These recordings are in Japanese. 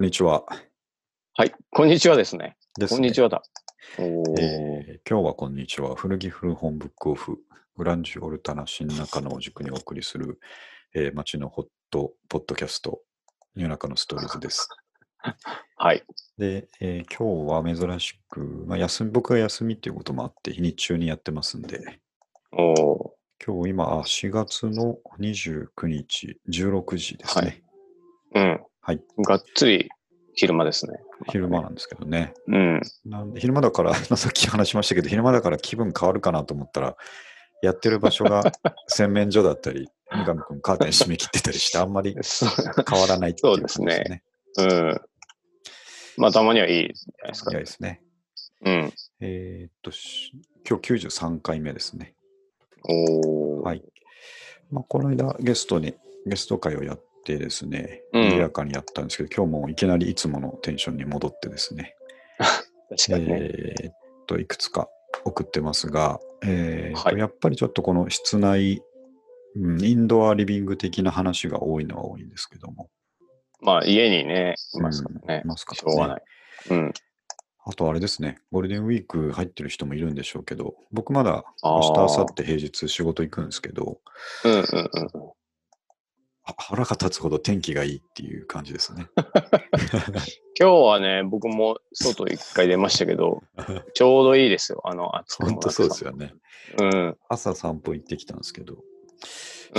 にちは。はい、こんにちはですね。ですこねんにちはだ。おーえー今日はこんにちは。古着古本ブックオフ、グランジオルタナ新中野を軸にお送りする、えー街のホットポッドキャスト、夜中のストーリーズです。はい。で、えー今日は珍しく、まあ、休み僕が休みっていうこともあって、日中にやってますんで、おー今日今、あ4月の29日、16時ですね。はいうん。はい。がっつり昼間ですね。昼間なんですけどね。うん。なんで昼間だから、さっき話しましたけど、昼間だから気分変わるかなと思ったら、やってる場所 が洗面所だったり、三上君カーテン閉め切ってたりして、あんまりそう変わらないっていうそうですね感じうん。まあ、たまにはいいじゃないですかいや。ですね。うん。えーっと、し今日93回目ですね。おーはいまあ、この間、ゲストに、ゲスト会をやってですね、うん賑やかにやったんですけど、今日もいきなりいつものテンションに戻ってですね、確かにね。えーっと、いくつか送ってますが、えーっとはいやっぱりちょっとこの室内、うん、インドアリビング的な話が多いのは多いんですけども、まあ、家にね、いますからねい。ますかしらねょうがない。うん。あとあれですね、ゴールデンウィーク入ってる人もいるんでしょうけど、僕まだあ明日、明後日ー平日仕事行くんですけど、うんうんうん。は腹が立つほど天気がいいっていう感じ ですね。今日はね、僕も外一回出ました けど、ちょうどいいですよ。あの、暑くも本当そうですよね。なんかうん。朝散歩行ってきたんですけど、う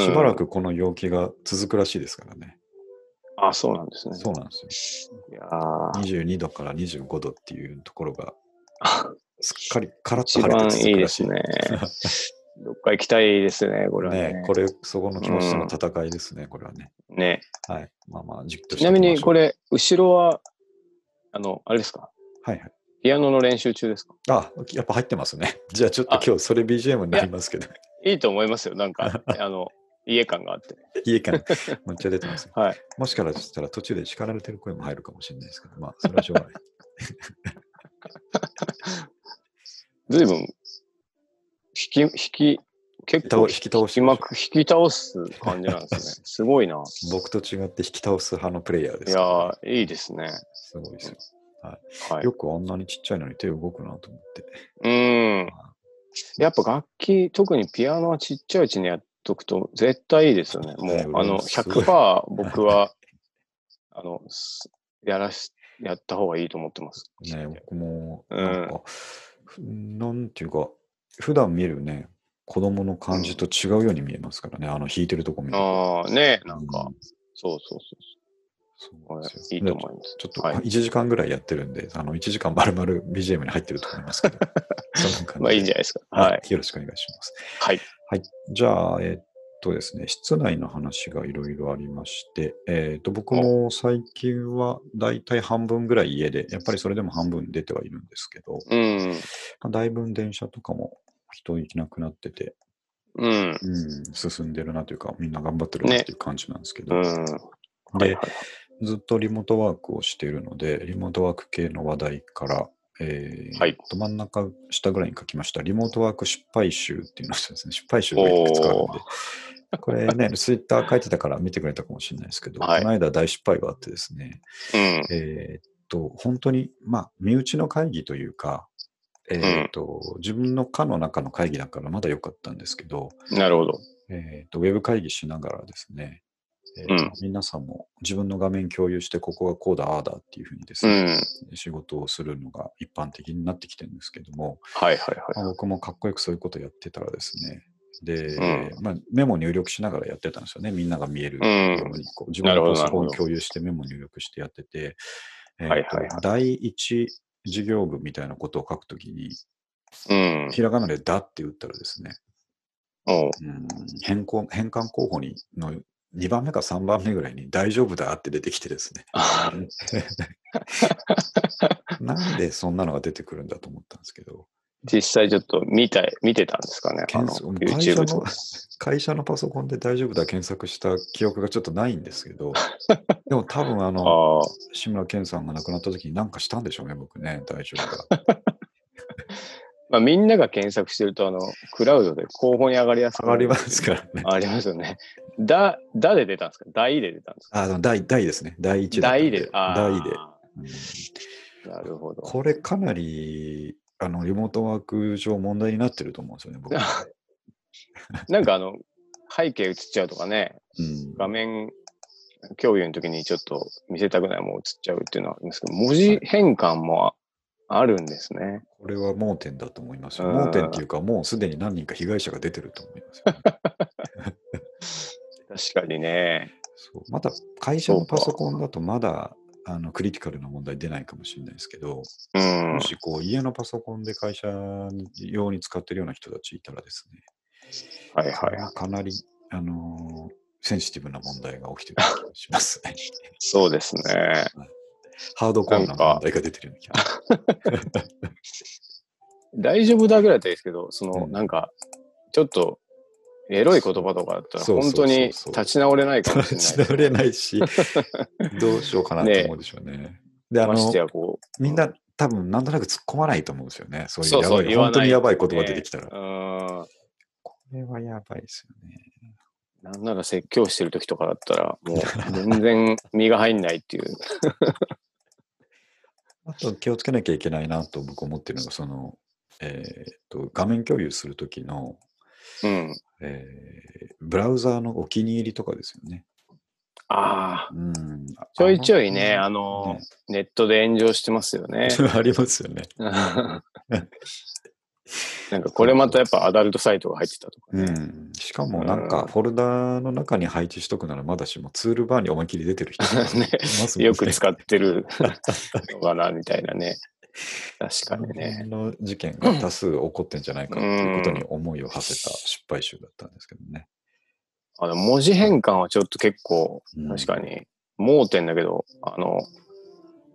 んしばらくこの陽気が続くらしいですからね。あ、そうなんですね。そうなんですよ。いやー22度から25度っていうところがあすっかりカラッと一晴れ番てい続いくでらしすい。 ね。どっか行きたいですね、これはね。ねこれ、そこの気持ちとの戦いですね、これはね。ねはい。まあまあ、じっとしてちなみにこれ。れ、後ろは、あの、あれですかはいはい。ピアノの練習中ですかあ、やっぱ入ってますね。 じゃあちょっと今日それ BGM になりますけど、 いいと思いますよ。なんか、あの、家感があって。家からめっちゃ出てますよ。はい。もしからしたら途中で叱られてる声も入るかもしれないですけど、まあ、それはしょうが ない。随分、引き、引き、結倒引構き倒して引きまく、引き倒す感じな んですね。すごいな。僕と違って引き倒す派のプレイヤーでいすやから。ー、いいですね。すごいですよ。はいよ。くあんなにちっちゃいのに手動くなと思って。うん。やっぱ楽器、特にピアノはちっちゃいうちにやっとくと絶対いいですよね。もねう、あの、すごい100%僕は、 あの、すやらし、やった方がいいと思ってます。ね、僕も、うんなんか、ふなんていうか、普段見るね、子供の感じと違うように見えますからね、あの弾いてるとこ見ると。ああ、ねえ、なんかう、そうそうそうそうそう。こなんれですいよいとで思います。ちょっとはい1時間ぐらいやってるんで、あの1時間丸々 BGM に入ってると思いますけ ど、そんな感じでまあいいんじゃないですか。ははいい。よろしくお願いします。はい。はい。じゃあ、えっとですね、室内の話がいろいろありまして、えっと、僕も最近はだいたい半分ぐらい家で、やっぱりそれでも半分出てはいるんですけど、うん。まあだいぶ電車とかも人行きなくなってて、うん。うん、進んでるなというか、みんな頑張ってるなっていう感じなんですけど、うん。はいで、はいずっとリモートワークをしているので、リモートワーク系の話題から、えーはい真ん中下ぐらいに書きました、リモートワーク失敗集っていうのがですね、失敗集がいくつかあるんで、これ ね、ツイッター書いてたから見てくれたかもしれないですけど、はいこの間大失敗があってですね、うん。えーっと、本当に、まあ、身内の会議というか、えーっと、自分の課の中の会議だからまだ良かったんですけど、なるほど。えーとウェブ会議しながらですね、えーうん皆さんも自分の画面共有して、ここがこうだ、ああだっていうふうにですうね、ん。仕事をするのが一般的になってきてるんですけども、はいはいはまあ僕もかっこよくそういうことやってたらですね、で、うまあ、メモ入力しながらやってたんですよね、みんなが見えるい。うよんう。にこう、自分なるのほどパソコンをなるほど共有してメモ入力してやってて、えーとはいはいはい第一事業部みたいなことを書くときに、うん。ひらがなでだって打ったらですね、おううん変更変換候補にの2番目か3番目ぐらいに大丈夫だって出てきてですね。あーなんでそんなのが出てくるんだと思ったんですけど、実際ちょっと見たい、見てたんですかね。あの、検索会社 YouTube のとか。会社のパソコンで大丈夫だ検索した記憶がちょっとないんですけ ど、でも多分あの、ああ。 志村けんさんが亡くなった時に何かしたんでしょうね、僕ね、大丈夫だ。まあ、みんなが検索してると、あの、クラウドで候補に上がりやすく上がりますからね。ありますよね。だ、だで出たんですか大で出たんですかあの、第、第ですね。第一弾大で。あー第で。うんなるほど。これかなり、あの、リモートワーク上問題になってると思うんですよね、 僕。なんかあの、背景映っちゃうとかね、うん画面共有の時にちょっと見せたくないもう映っちゃうっていうのはありますけど、文字変換もああるんですね。これは盲点だと思いますよ。うん盲点っていうか、もうすでに何人か被害者が出てると思いますよね、確かにね。そうまだ会社のパソコンだとまだあのクリティカルな問題出ないかもしれないですけど、うんも。しこう家のパソコンで会社用に使ってるような人たちいたらですね、はいこはいれ。はかなり、あのーセンシティブな問題が起きてる気がします ね。そうですね。ハードコアななんか問題が出てるような気 が大丈夫だぐらいだったらいいですけど、その、うんなんか、ちょっと、エロい言葉とかだったら、そうそう本そ当うそうに立ち直れないかもしれない。立ち直れないし、どうしようかなと思うでしょうね。で、あまの、してや、こう。みんな多分なんとなく突っ込まないと思うんですよね。そういうそうやそうばい言わな本い当にやばい言葉出てきたら。うーん。これはやばいですよね。なんなら説教してる時とかだったら、もう、全然身が入んないっていう。あと気をつけなきゃいけないなと僕思ってるのが、その、えーっと、画面共有するときの、うん。えーブラウザーのお気に入りとかですよね。ああ、うん。ちょいちょいね、ああのの、ネットで炎上してます よね。ねありますよね。なんか、これまたやっぱアダルトサイトが入ってたとかうね。ん、しかもなんうんかフォルダの中に配置しとくならまだしもツールバーに思いっきり出てる人ねいますもんね よく使ってるのかな、みたいなね。確かにね。この事件が多数起こってんじゃないかっていうことに思いを馳せた失敗集だったんですけどね。あの文字変換はちょっと結構、うん確かに、盲点だけど、あの、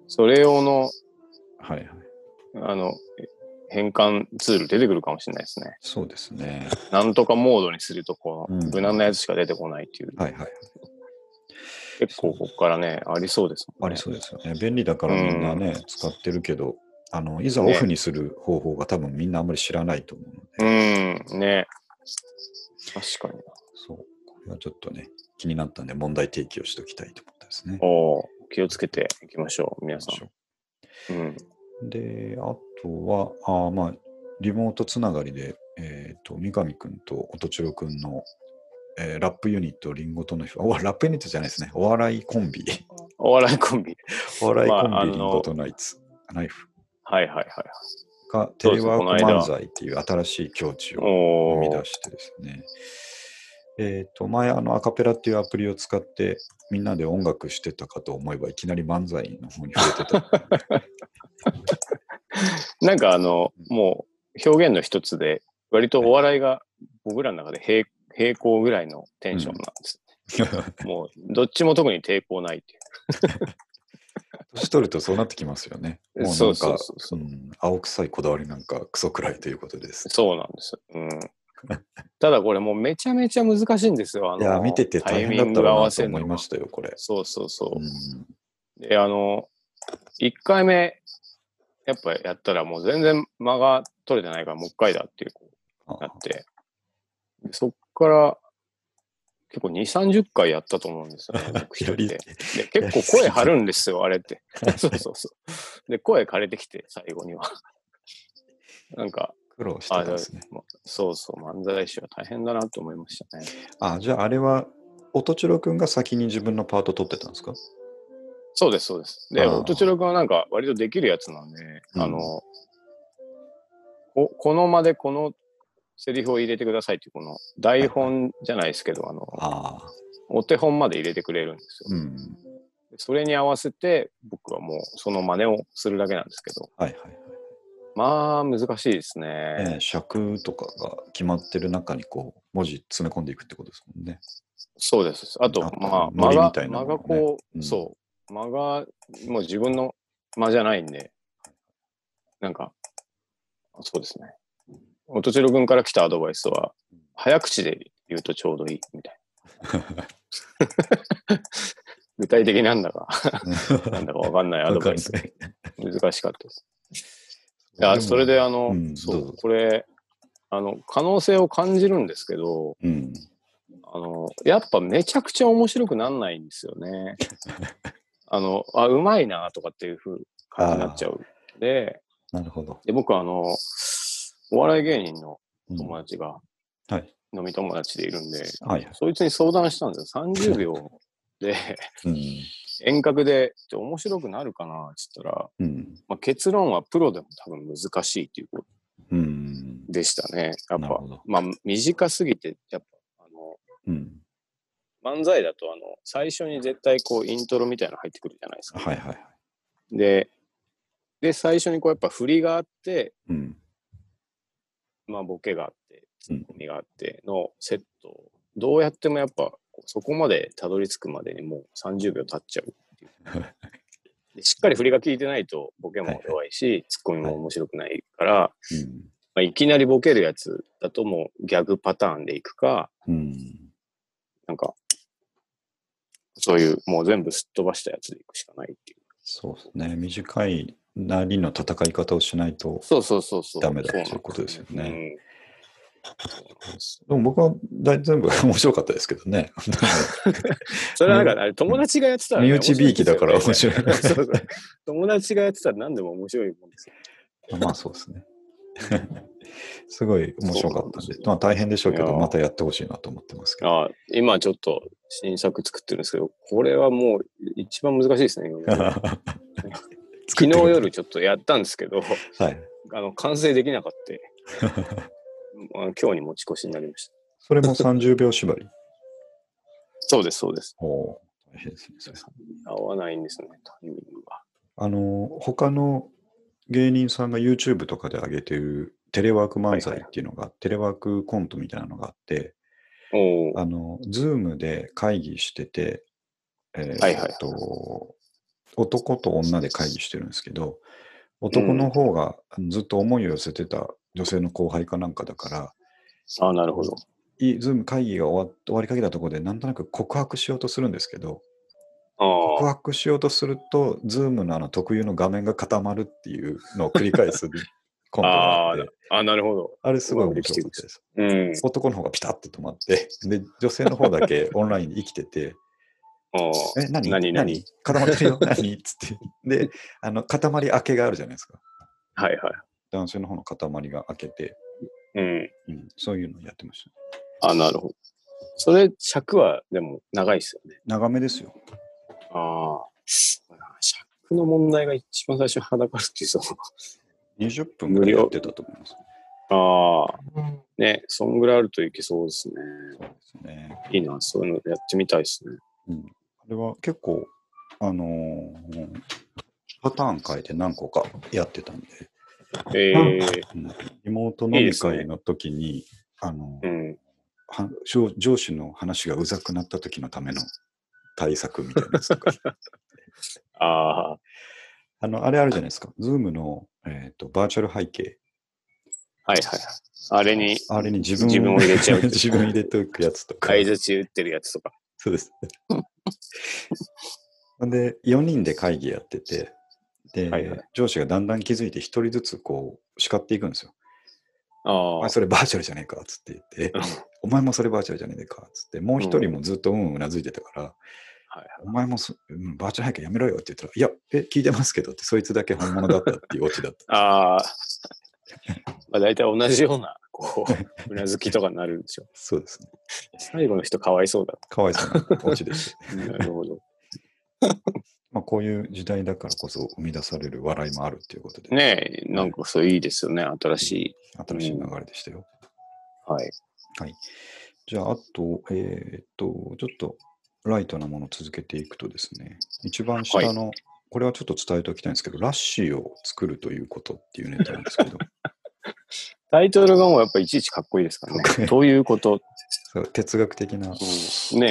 それ用の、はいはい。あの、変換ツール出てくるかもしれないですね。そうですね。なんとかモードにすると、こうの、ん無難なやつしか出てこないっていう。はいはい。結構、ここからね、ありそうですもあんね。りそうですよね。便利だからみんなね、使ってるけど、あの、いざオフにする方法が多分みんなあんまり知らないと思うので、うん、ね。確かに。そう。これはちょっとね、気になったんで問題提起をしておきたいと思ったですね。おー気をつけていきましょう、皆さ。行きましょうんうん。で、あとは、あーまあ、リモートつながりで、えっ、と、三上くんと音千代くんの、えーラップユニット、リンゴとの日、あわラップユニットじゃないですね。お笑いコンビ。お笑いコンビ。お笑いコまああンビ、のリンゴとナイツ、ナイフはいはいはいはい。がそテうでレすワこのーク間漫才っていう新しい境地を生おみー出してですね。えっ、と、前、あの、アカペラっていうアプリを使って、みんなで音楽してたかと思えば、いきなり漫才の方に触れてた。なんかあの、もう表現の一つで、割とお笑いが僕らの中で平平行ぐらいのテンションなんです。もうどっちも特に抵抗ないっていう。年取るとそうなってきますよね。もうなんか、そうそうそうそううん青臭いこだわりなんかクソくらいということです。そうなんです。うん。ただこれもうめちゃめちゃ難しいんですよ。あいのや、見ててタ大イ変ミだっンたグろ合うわなとせる思いのまが。したよ、これ。そうそうそうう。んで、あの、1回目、やっぱやったらもう全然間が取れてないからもう一回だっていうあなって、でそっから結構2、30回やったと思うんですよね 僕一や人りで。で結構声張るんで すよ、あれって。そうそうそう。で、声枯れてきて、最後には。 なんか、苦労してたんですね。もうそうそう、漫才師は大変だなと思いましたね。あ、じゃああれは、音千代くんが先に自分のパート取ってたんですかそうです、そうです。で、あー音千代君はなんか、割とできるやつなんで、うんあの、ここの間でこのセリフを入れてくださいっていう、この台本じゃないですけど、あの、ああ。お手本まで入れてくれるんですよ。うん。それに合わせて僕はもうその真似をするだけなんですけど、はいはいはい。まあ難しいですね。ね尺とかが決まってる中にこう、文字詰め込んでいくってことですもん ね。そうです。あとあ、とまあ、ノ間リが、みたいなの間もねがこうう、んそう、間が、もう自分の間じゃないんで、なんか、そうですね。音千代君から来たアドバイスは、早口で言うとちょうどいいみたい な。具体的なんだか、なんだかわかんないアドわかバんイス。ない難しかったです。いや、それで、あの、うんそどうぞう、これ、あの、可能性を感じるんですけど、うん。あの、やっぱめちゃくちゃ面白くなんないんですよ ね。あの、あ、うまいなとかっていうふう感じになっちゃう。で、なるほど。で僕はあの、お笑い芸人のうん友達が、はい飲み友達でいるんで、はいはい。そいつに相談したんですよ。30秒 でうん。遠隔で、ちょ面白くなるかなって言ったら、うん。まあ、結論はプロでも多分難しいっていうこうん。とでしたね。やっなるぱほ、ど。まあ、短すぎて、やっぱ、あの、うん。漫才だとあの最初に絶対こうイントロみたいなの入ってくるじゃないですか。はいはいはい。でで最初にこうやっぱ振りがあって、うん。まあ、ボケがあってツうんッコミがあってのセットをどうやってもやっぱこうそこまでたどり着くまでにもう30秒経っちゃうっていう でしっかり振りが効いてないとボケも弱いし、ツッコミも面白くないから、まあ、いきなりボケるやつだともうギャグパターンでいくかうん。うん。なんかそういうもう全部すっ飛ばしたやつでいくしかないっていう。そうですね。短いなりの戦い方をしないと。そうそうそうそう。ダメだそうっていうことですよねなんですよね。うんそうなんですでも僕は大全部面白かったですけどね。それはなんか、あれ、友達がやってたらね、身内びいきだから面白いですよねそうそう友達がやってたら何でも面白いもんですよ。まあそうです ね。すごい面白かったんでそうなんで、すよまあ大変でしょうけいやど、ーまたやってほしいなと思ってますけど。ああ今ちょっと新作作ってるんですけど、これはもう一番難しいですね、今まで 昨日夜ちょっとやったんですけど、 はい。あの完成できなか った。まあ今日に持ち越しになりました。それも30秒縛り。そうです、そうです。おおー、大変ですねそれ。合わないんですね、タイミングが。あの、他の芸人さんが YouTube とかで上げてるテレワーク漫才っていうのが、テレワークコントみたいなのがあって、おお。あの、Zoom で会議してて、えーはいはいえっと、男と女で会議してるんですけど、男の方がずっと思いを寄せてた女性の後輩かなんかだから、ああ、なるほど。い Zoom 会議が終わ終わりかけたところで、なんとなく告白しようとするんですけど、告ああ。白しようとすると、Zoom のあの特有の画面が固まるっていうのを繰り返 すコントがあって、ああ、なるほど。あれすごい面白かったです。うん。男の方がピタッと止まって、で、女性の方だけオンラインで生きてて、ああえ、何何何何固まってるよ 何っつって。で、あの、塊開けがあるじゃないですか。はいはい。男性の方の塊が開けて、うん。うん、そういうのやってました。あ、なるほど。それ、尺はでも長いですよね。長めですよ。ああ。尺の問題が一番最初にはだかるっていう、そ20分ぐらいやってたと思います。の。ああ。ね、そんぐらいあるといけそうですね。そうですね。いいな、そういうのやってみたいですね。うん。あれは結構、あのーパターン変えて何個かやってたんで、ええうん、妹飲いいでみすね会の時に、あのーうん。は上上司の話がうざくなった時のための対策みたいなやつとか。 ああ。あの、あれあるじゃないですか。ズームの、えー、とバーチャル背景。はいはい。あれに、あれに自分自分を入れちゃ う自分入れておくやつとか。解説打ってるやつとか。そうです。 で、4人で会議やってて、で、はいはい上司がだんだん気づいて、1人ずつこう、叱っていくんですよ。あお前あ。それバーチャルじゃねえかっつって言って、お前もそれバーチャルじゃねえかっつって、もう1人もずっとうんうなずいてたから、はいお前もそ、うんバーチャル背景やめろよって言ったら、いや、え、聞いてますけどって、そいつだけ本物だったっていうオチだった。 ああ。まあ大体同じような、こう、うなずきとかになるんでしょ。そうですね。最後の人かわいそうだ。かわいそうなオチで した。なるほど。まあ、こういう時代だからこそ生み出される笑いもあるっていうことで、ねえ、なんかそういいですよね、新しい。新しい流れでしたよ。はい。じゃあ、あと、えーっと、ちょっとライトなものを続けていくとですね、一番下の、これはちょっと伝えておきたいんですけど、ラッシーを作るということっていうネタなんですけ ど、タイトルがもうやっぱいちいちかっこいいですからかっこいね。いどういうこと、そう哲学的な ね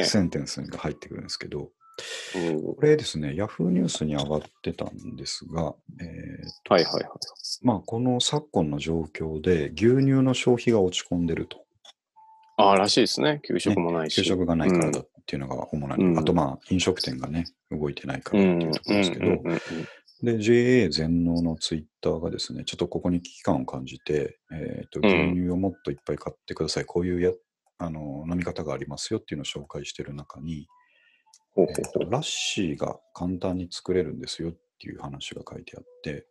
センテンスが入ってくるんですけど、え、うんこれですね、Yahoo ニュースに上がってたんですが、えーはいはいはい。まあ、この昨今の状況で牛乳の消費が落ち込んでると。ああ、らしいですね。給食もないし。給食がないからだっていうのが主な、うんあとまあ飲食店がね動いてないかうらっん。てういうんとこうろんですけど、うんで、JA 全農のツイッターがですね、ちょっとここに危機感を感じて、えっとうん牛乳をもっといっぱい買ってください、こういうやあの飲み方がありますよっていうのを紹介してる中に、ほうえっとほうほラッシーが簡単に作れるんですよっていう話が書いてあって、う。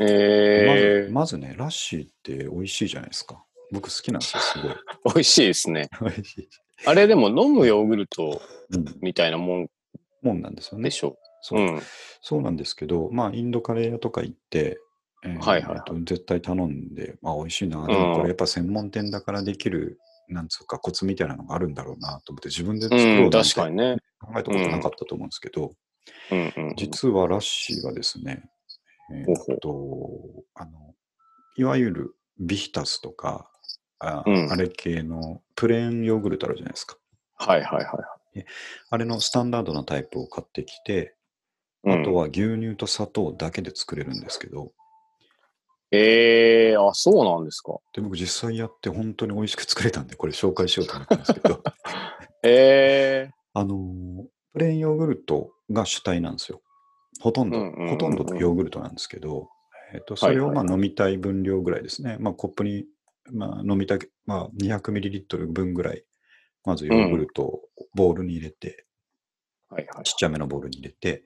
えまずまずね、ラッシーって美味しいじゃないですか。僕好きなんですよ、すごい。ー、美味しいですね。美 味しい。 あれでも飲むヨーグルトうん、みたいなもんもんなんですよねで。しょ。そうううん。そうなんですけど、まあ、インドカレー屋とか行って、えーはいはいはいえーと絶対頼んで、まあ、美味しいな、でもこれやっぱ専門店だからできる、なんつうか、コツみたいなのがあるんだろうなと思って、自分で作ろううなんん、て確考かにね。えたことなかったと思うんですけど、うんうん。実はラッシーがですね、えーっとあのいわゆるビヒタスとかあ、うんあれ系のプレーンヨーグルトあるじゃないですか。はいはいはあれのスタンダードなタイプを買ってきて、い。うんあとは牛乳と砂糖だけで作れるんですけど、ええあ、そうなんですか。で、僕実際やって本当に美味しく作れたんで、これ紹介しようと思ったんですけ ど、ええあのープレーンヨーグルトが主体なんですよ。ほとんど、うんうんうんうんほとんどヨーグルトなんですけど、えっとそれをはいまはいあ飲みたい分量ぐらいですね。まあコップに、まあ、飲みたけ、まあ、200ml 分ぐらい、まずヨーグルトをボウルに入れて、はいはいちっ。ちゃめのボウルに入れて、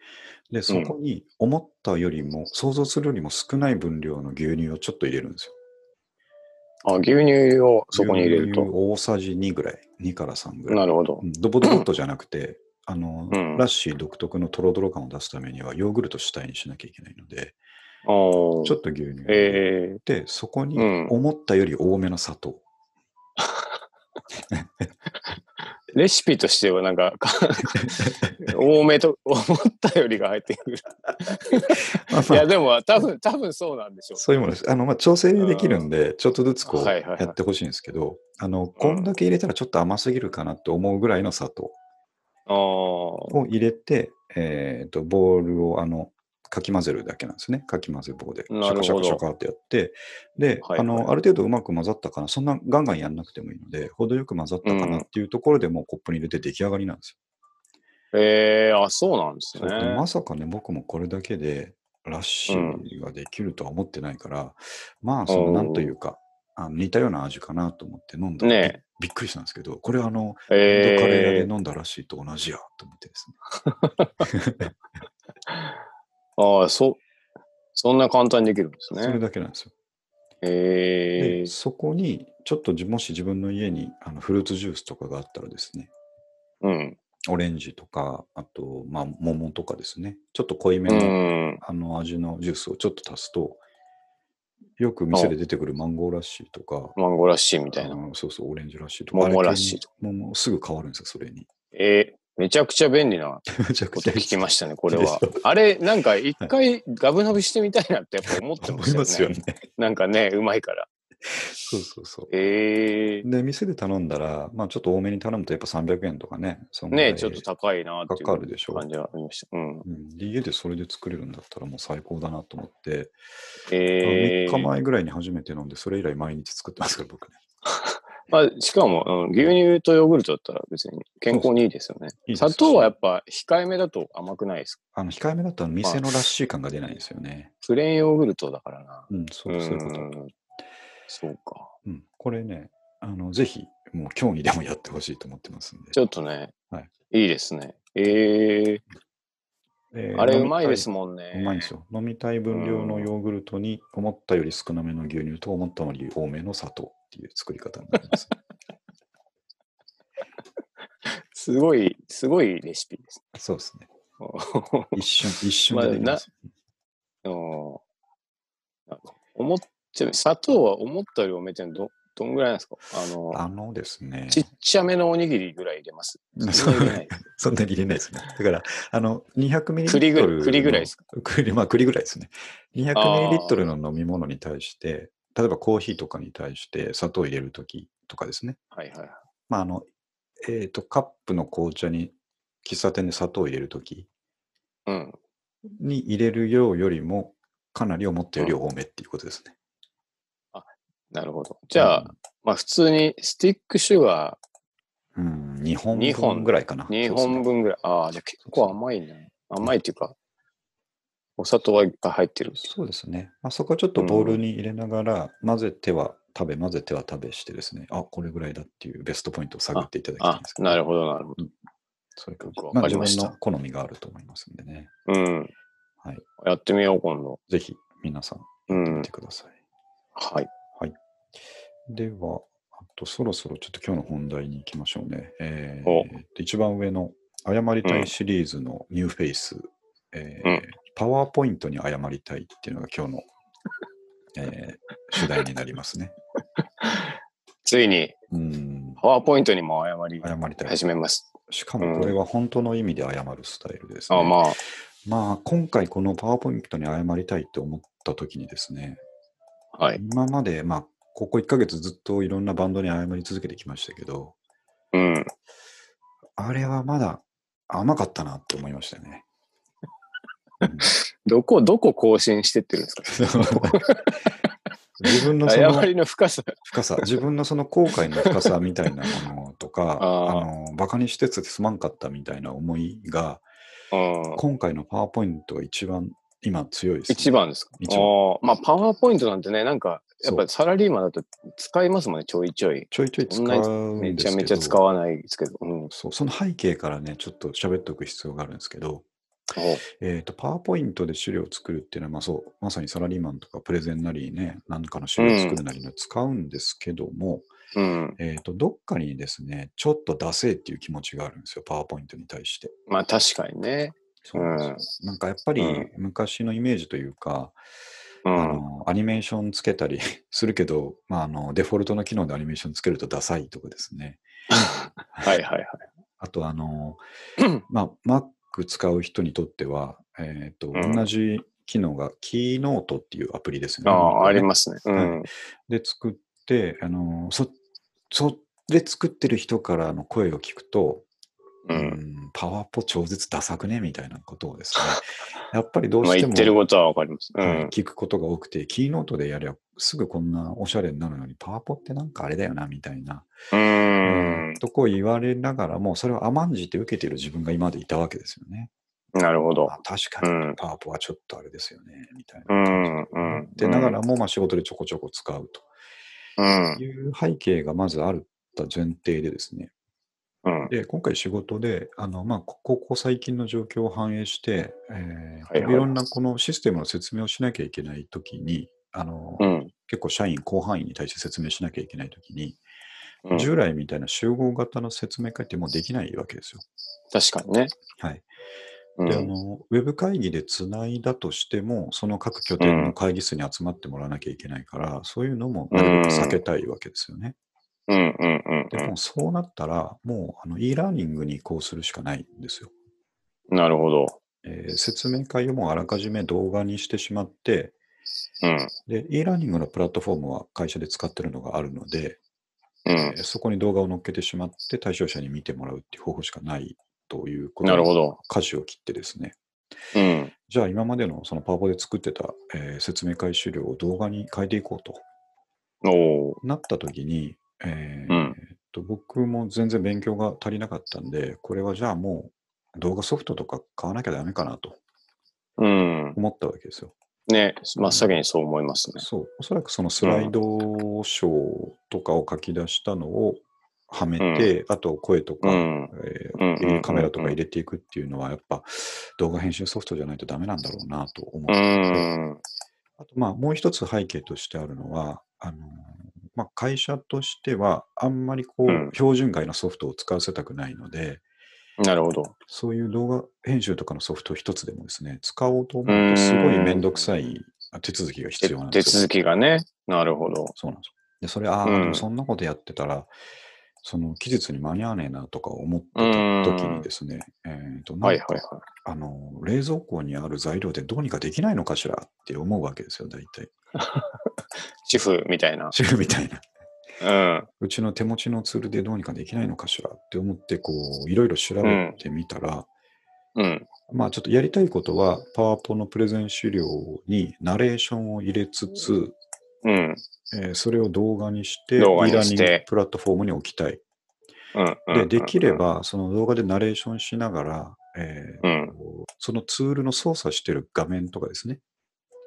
で、そこに思ったよりも、想像するよりも少ない分量の牛乳をちょっと入れるんですよ。あ、牛乳をそこに入れる牛乳と。大さじ2ぐらい、2から3ぐらい。なるほどう。んドボドボっとじゃなくて、あの、うんラッシー独特のとろとろ感を出すためには、ヨーグルト主体にしなきゃいけないので、おーちょっと牛乳を入れえて、そこにうん思ったより多めの砂糖。えレシピとしてはなんか、 か多めと思ったよりが入ってくる。まあ いまや、あでも多分、多分そうなんでしょ う。そういうものです。あの、まあ、調整できるんで、ちょっとずつこう、はいはいはいやってほしいんですけど、あの、こんだけ入れたらちょっと甘すぎるかなって思うぐらいの砂糖あを入れて、えっ、と、ボールを、あの、かき混ぜるだけなんですね。かき混ぜ棒で。シャなるカほどシャカシャカってやって。で、はいはいあの、ある程度うまく混ざったかな。そんなガンガンやんなくてもいいので、程よく混ざったかなっていうところでもうコップに入れて出来上がりなんですあ。ええあ、そうなんですよ。ね。そうでまさかね、僕もこれだけでラッシーができるとは思ってないから、まあ、その、おーなんというか、あの似たような味かなと思って飲んだらび,、ねびっくりしたんですけど、これはあの、インドカレー屋ええで飲んだラッシーと同じやと思ってですね。ああ、そ、そんな簡単にできるんですそれね。だけなんですよ。ええでそこにちょっとじもし自分の家にあのフルーツジュースとかがあったらですねうん。オレンジとかあと、まあ、桃とかですねちょっと濃いめうの,、ん。あの味のジュースをちょっと足すとよく店で出てくるマンゴーラッシーとかマンゴーラッシーみたいあな。のそうそうオレンジラッシーとか桃ラッシーとあれ系にもうすぐ変わるんですよそれに ええめちゃくちゃ便利なめちゃくこちとゃ聞きまししたね、これでしはょ。あれ、なんか一回ガブ飲みしてみたいなってやっぱ思ってま思すいよね。ますよねなんかね、うまいから。そうそうそうええで店で頼んだら、まあ、ちょっと多めに頼むとやっぱ300円とかねそんぐらいねちょっと高いなっていかかうるでしょ感じはありました。うん。うん、で家でそれで作れるんだったらもう最高だなと思って、ええ3日前ぐらいに初めて飲んで、それ以来毎日作ってますから、僕ね。まあ、しかも、うん、牛乳とヨーグルトだったら別に健康にいいですよね。いいです砂糖はやっぱ控えめだと甘くないですかあの控えめだったら店のラッシー感が出ないんですよね。プレーンヨーグルトだからな。うん、そううそういんうこと。そうか。うん、これねあの、ぜひ、もう今日にでもやってほしいと思ってますんで。ちょっとね、はいい、いですね。えええーあれ飲うみたまいですもんね。うまいんですよ。飲みたい分量のヨーグルトに思ったより少なめの牛乳と思ったより多めの砂糖っていう作り方になり ます。すごい、すごいレシピです。そうですね。 うん一瞬、一瞬でできます。なんか思っちゃう砂糖は思ったより多めってのはどどんぐらいなんですかあのあのですね。ちっちゃめのおにぎりぐらい入れます。 そそんうな入れない そんなに入れないですね。だから、あの、200ミリリットル栗ぐらのい栗ぐらいですか栗、まあ、栗ぐらいですね。200あミーリリットルの飲み物に対して、例えばコーヒーとかに対して砂糖を入れるときとかですね。はいはい。まあ、あの、えっ、と、カップの紅茶に、喫茶店で砂糖を入れるときうん。に入れる量よりも、かなり思ったより多めっていうことですね。なるほど。じゃあ、まあ普通にスティックシュガうん、うん、2本二本分ぐらいかな。ー2そうです本ね分ぐらい。ああ、じゃあ結構甘いね。甘いっていうか、お砂糖はいっぱい入ってる。そうですね。まあ、そこはちょっとボウルに入れながら、混ぜては食べ、混ぜては食べしてですね、あ、これぐらいだっていうベストポイントを探っていただきたいんあです、けど、なるほど、なるほそれかよくわ、まあ、かり自ま分したの好みがあると思いますんでね。ど。うん。はい。やってみよう、今度。ぜひ皆さんう見んて。ください。はい。では、あとそろそろちょっと今日の本題に行きましょうね。えーお一番上の謝りたいシリーズのニューフェイス、えーうんパワーポイントに謝りたいっていうのが今日の、えー主題になりますね。ついに、うん、パワーポイントにも謝り謝りたい。始めます。しかもこれは本当の意味で謝るスタイルです、ねあまあ、まあ、今回このパワーポイントに謝りたいって思った時にですね、はい。今まで、まあ、ここ1ヶ月ずっといろんなバンドに謝り続けてきましたけど、うん。あれはまだ甘かったなって思いましたね。うん どこ、どこ更新してってるんですか自分のそ謝のりの深さ。深さ、自分のその後悔の深さみたいなものとか、ああーのバカにしてつってすまんかったみたいな思いが、うん。今回のパワーポイントが一番今強いです、ね。一番ですか一あ番ーまあ、パワーポイントなんてね、なんか、やっそぱうりサラリーマンだと使いますもんね、ちょいちょい。ちょいちょい使うんめですちけゃどめちゃ使わないですけど。うん。そうその背景からね、ちょっと喋っておく必要があるんですけど、おえっ、と、パワーポイントで資料を作るっていうのは、まあそう、まさにサラリーマンとかプレゼンなりね、何かの資料を作るなりの使うんですけども、うん。えー、とどっかにですね、ちょっと出せっていう気持ちがあるんですよ、パワーポイントに対して。まあ、確かにね。そうなんですよなんかやっぱりうん昔のイメージというか、うあん。のアニメーションつけたり するけど、まああの、デフォルトの機能でアニメーションつけるとダサいとかですね。 はいはいはい。あとあの、うんまあ、Mac 使う人にとっては、えーとうん同じ機能がキーノートっていうアプリですね。ああ、ありすますね。うん。で作って、あのそそで作ってる人からの声を聞くと、うう。んんパワーポ超絶ダサくねみたいなことをですね、やっぱりどうまあ、して言ってるもことはわかります。うはいん。聞くことが多くて、キーノートでやりゃすぐこんなおしゃれになるのに、パワポってなんかあれだよなみたいな、ううんん。とこを言われながらも、それを甘んじて受けている自分が今までいたわけですよね。なるほどあ。確かうにん。パワポはちょっとあれですよねみたいな。うん。うん。でながらも、まあ、仕事でちょこちょこ使ううんと。いう背景がまずあるった前提でですね、うん。で今回仕事であの、まあ、こここ最近の状況を反映して、えーはいいはいろんなこのシステムの説明をしなきゃいけないときにあの、うん。結構社員広範囲に対して説明しなきゃいけないときに、うん従来みたいな集合型の説明会ってもうできないわけですよ。確かにね。はい、うであん。のウェブ会議でつないだとしてもその各拠点の会議室に集まってもらわなきゃいけないから、そういうのもなるべく避けたいわけですよね。うん。うん。うんでもうそうなったらもうあの e ラーニングに移行するしかないんですよ。うん。なるほど。えー説明会をもうあらかじめ動画にしてしまって、うん。で、e ラーニングのプラットフォームは会社で使ってるのがあるので、うえん。ーそこに動画を載っけてしまって対象者に見てもらうっていう方法しかないということなるほにど。舵を切ってですね、うん。じゃあ今までのそのパワポで作ってた、えー説明会資料を動画に変えていこうとおーなった時に、えーうんえっと僕も全然勉強が足りなかったんで、これはじゃあもう動画ソフトとか買わなきゃダメかなとうん。思ったわけですよ。ね、真っ先にそう思いますね。そう、おそらくそのスライドショーとかを書き出したのをはめて、あと声とか、うん。えうんうんうんうんーカメラとか入れていくっていうのは、やっぱ動画編集ソフトじゃないとダメなんだろうなと思う。うん。あと、まあ、もう一つ背景としてあるのは、あのーまあ、会社としては、あんまりこう、うん標準外のソフトを使わせたくないので、なるほど。そういう動画編集とかのソフト一つでもですね、使おうと思うと、すごいめんどくさい手続きが必手要なん手ですよ。続きがね。なるほど。そうなんですよ。で、それ、ああ、うんでもそんなことやってたら、その期日に間に合わねえなとか思ってた時にですね、えっとなんかはいはいはい。あの冷蔵庫にある材料でどうにかできないのかしらって思うわけですよ、大体。主婦みたい な。主婦みたいな。うん。うちの手持ちのツールでどうにかできないのかしらって思って、こう、いろいろ調べてみたら、うん。まあちょっとやりたいことは、パワポのプレゼン資料にナレーションを入れつつ、うん。えーそれを動画にして、動画にして e ラーニングプラットフォームに置きたい。うん。で、できれば、その動画でナレーションしながら、えーうん。そのツールの操作してる画面とかですね、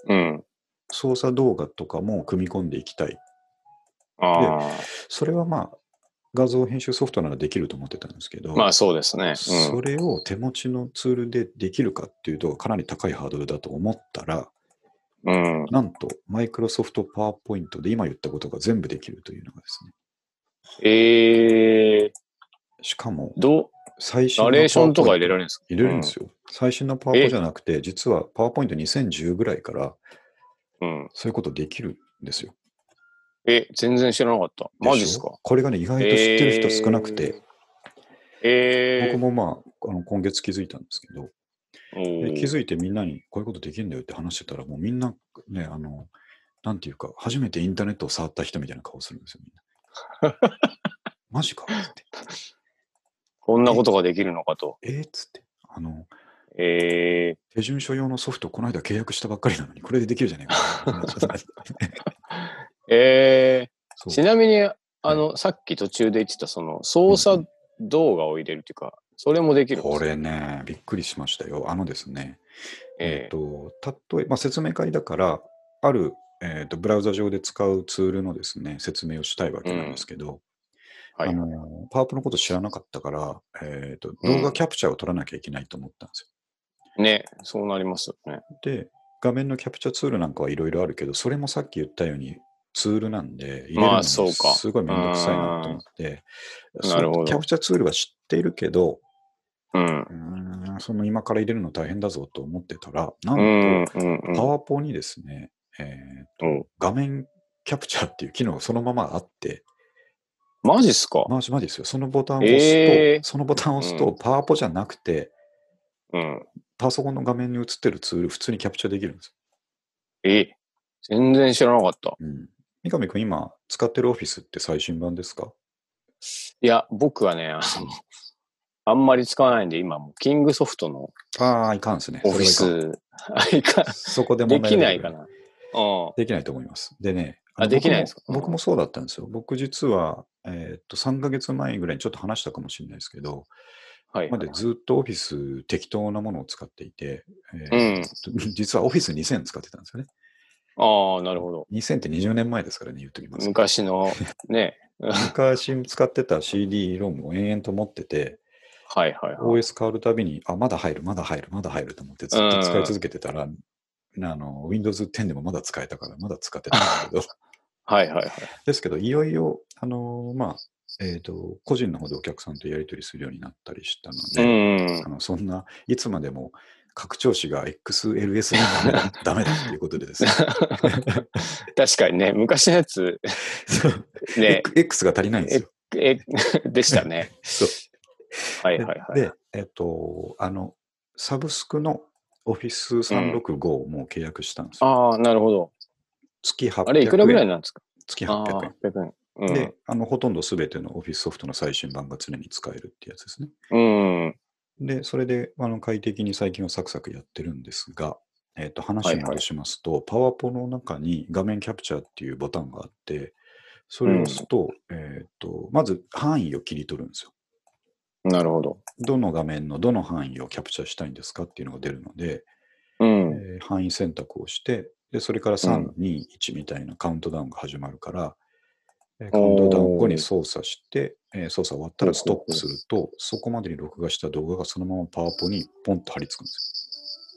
うん。操作動画とかも組み込んでいきたい。あそれはまあ、画像編集ソフトならできると思ってたんですけど、あ。まあそうですね。それを手持ちのツールでできるかっていうと、かなり高いハードルだと思ったら、うん。うん。なんと、マイクロソフトパワーポイントで今言ったことが全部できるというのがですね。ええしかも、ど最う、新ナのレーションとか入れるられるんですか入れるんですよ。最新のパワーポじゃなくて、実はパワーポイント2010ぐらいから、うん。うんそういうことできるんですよ。え、全然知らなかった。マジっすしかょこれがね、意外と知ってる人少なくて、。えー、え僕もまあ、あの今月気づいたんですけど、で気づいてみんなにこういうことできるんだよって話してたら、もうみんなね、あの、なんていうか、初めてインターネットを触った人みたいな顔するんですよ、みんな。 マジかって。こんなことができるのかと。えーっつって。あの、え手順書用のソフト、この間契約したばっかりなのに、これでできるじゃない か。ー、えそー、うちなみに、あの、さっき途中で言ってた、その、操作動画を入れるっていうか、それもできるんですこか。れね、びっくりしましたよ。あのですね、ええっ、と、例えば、まあ、説明会だから、ある、えー、とブラウザ上で使うツールのですね、説明をしたいわけなんですけど、ー、はあい。のパワプのこと知らなかったから、えーと、うん動画キャプチャーを取らなきゃいけないと思ったんですね、そうなりますよね。よ。で、画面のキャプチャーツールなんかはいろいろあるけど、それもさっき言ったように、ツールなんで、入れるのまもあすそうかごいめんどくさいなと思って、うんそなるほのどキャプチャーツールは知っているけど、うん。うーん、その今から入れるの大変だぞと思ってたら、なうんん、うん、うと、んパ。ワポにですね、えーお画面キャプチャーっていう機能がそのままあって、マジっすか、マジマジですよ。そのボタンを押すと、えーそのボタンを押すと、うパワポじゃなくて、うん。パソコンの画面に映ってるツール、普通にキャプチャーできるんですえ、全然知らなかった。よ。うん。三上君、今、使ってるオフィスって最新版ですかいや、僕はね、あの、あんまり使わないんで、今もう、キングソフトのああ、いかんですね。オフィそれはいス、 あいかかん。そこでで問題きが出てくないかるな。うん。できないと思います。でね、あのできないんですか僕も僕もそうだったんですよ。僕実は、えーっと、3ヶ月前ぐらいにちょっと話したかもしれないですけど、はい。までずっとオフィス適当なものを使っていて、うえーん。実はオフィス2000使ってたんですよね。ああ、なるほど。 2000って20年前ですからね、言っときますけど。昔の、ね。昔使ってた CD ロムを延々と持ってて、はいはい はい。 OS 変わるたびに、あ、まだ入る、まだ入る、まだ入ると思ってずっと使い続けてたら、あの Windows 10でもまだ使えたから、まだ使ってたんですけど、はいはいはい。ですけど、いよいよ、あのまあ、えっ、と、個人の方でお客さんとやり取りするようになったりしたのうで、ん あ。のそんないつまでも拡張子が XLS に はダメだダメだっていうことでですね。確かにね、昔のやつ、そう ね、 X が足りないんですよ。え、でしたね。そうはいはいはい。で、えっと、あの、サブスクの Office365 をもう契約したんですよ。ああ、なるほど。月800円。あれ、いくらぐらいなんですか月ああ800円。、 100円。うんで、あの、ほとんどすべての Office ソフトの最新版が常に使えるってやつですね。うん。で、それで、あの、快適に最近はサクサクやってるんですが、えっと、話に戻しますと、パワポの中に画面キャプチャーっていうボタンがあって、それを押すと、えっと、まず範囲を切り取るんですよ。なるほど。どの画面のどの範囲をキャプチャーしたいんですかっていうのが出るので、うん。えー範囲選択をして、でそれから3、2、1みたいなカウントダウンが始まるから、えーカウントダウン後に操作して、えー操作終わったらストップすると、そこまでに録画した動画がそのままパワポにポンと貼り付くんです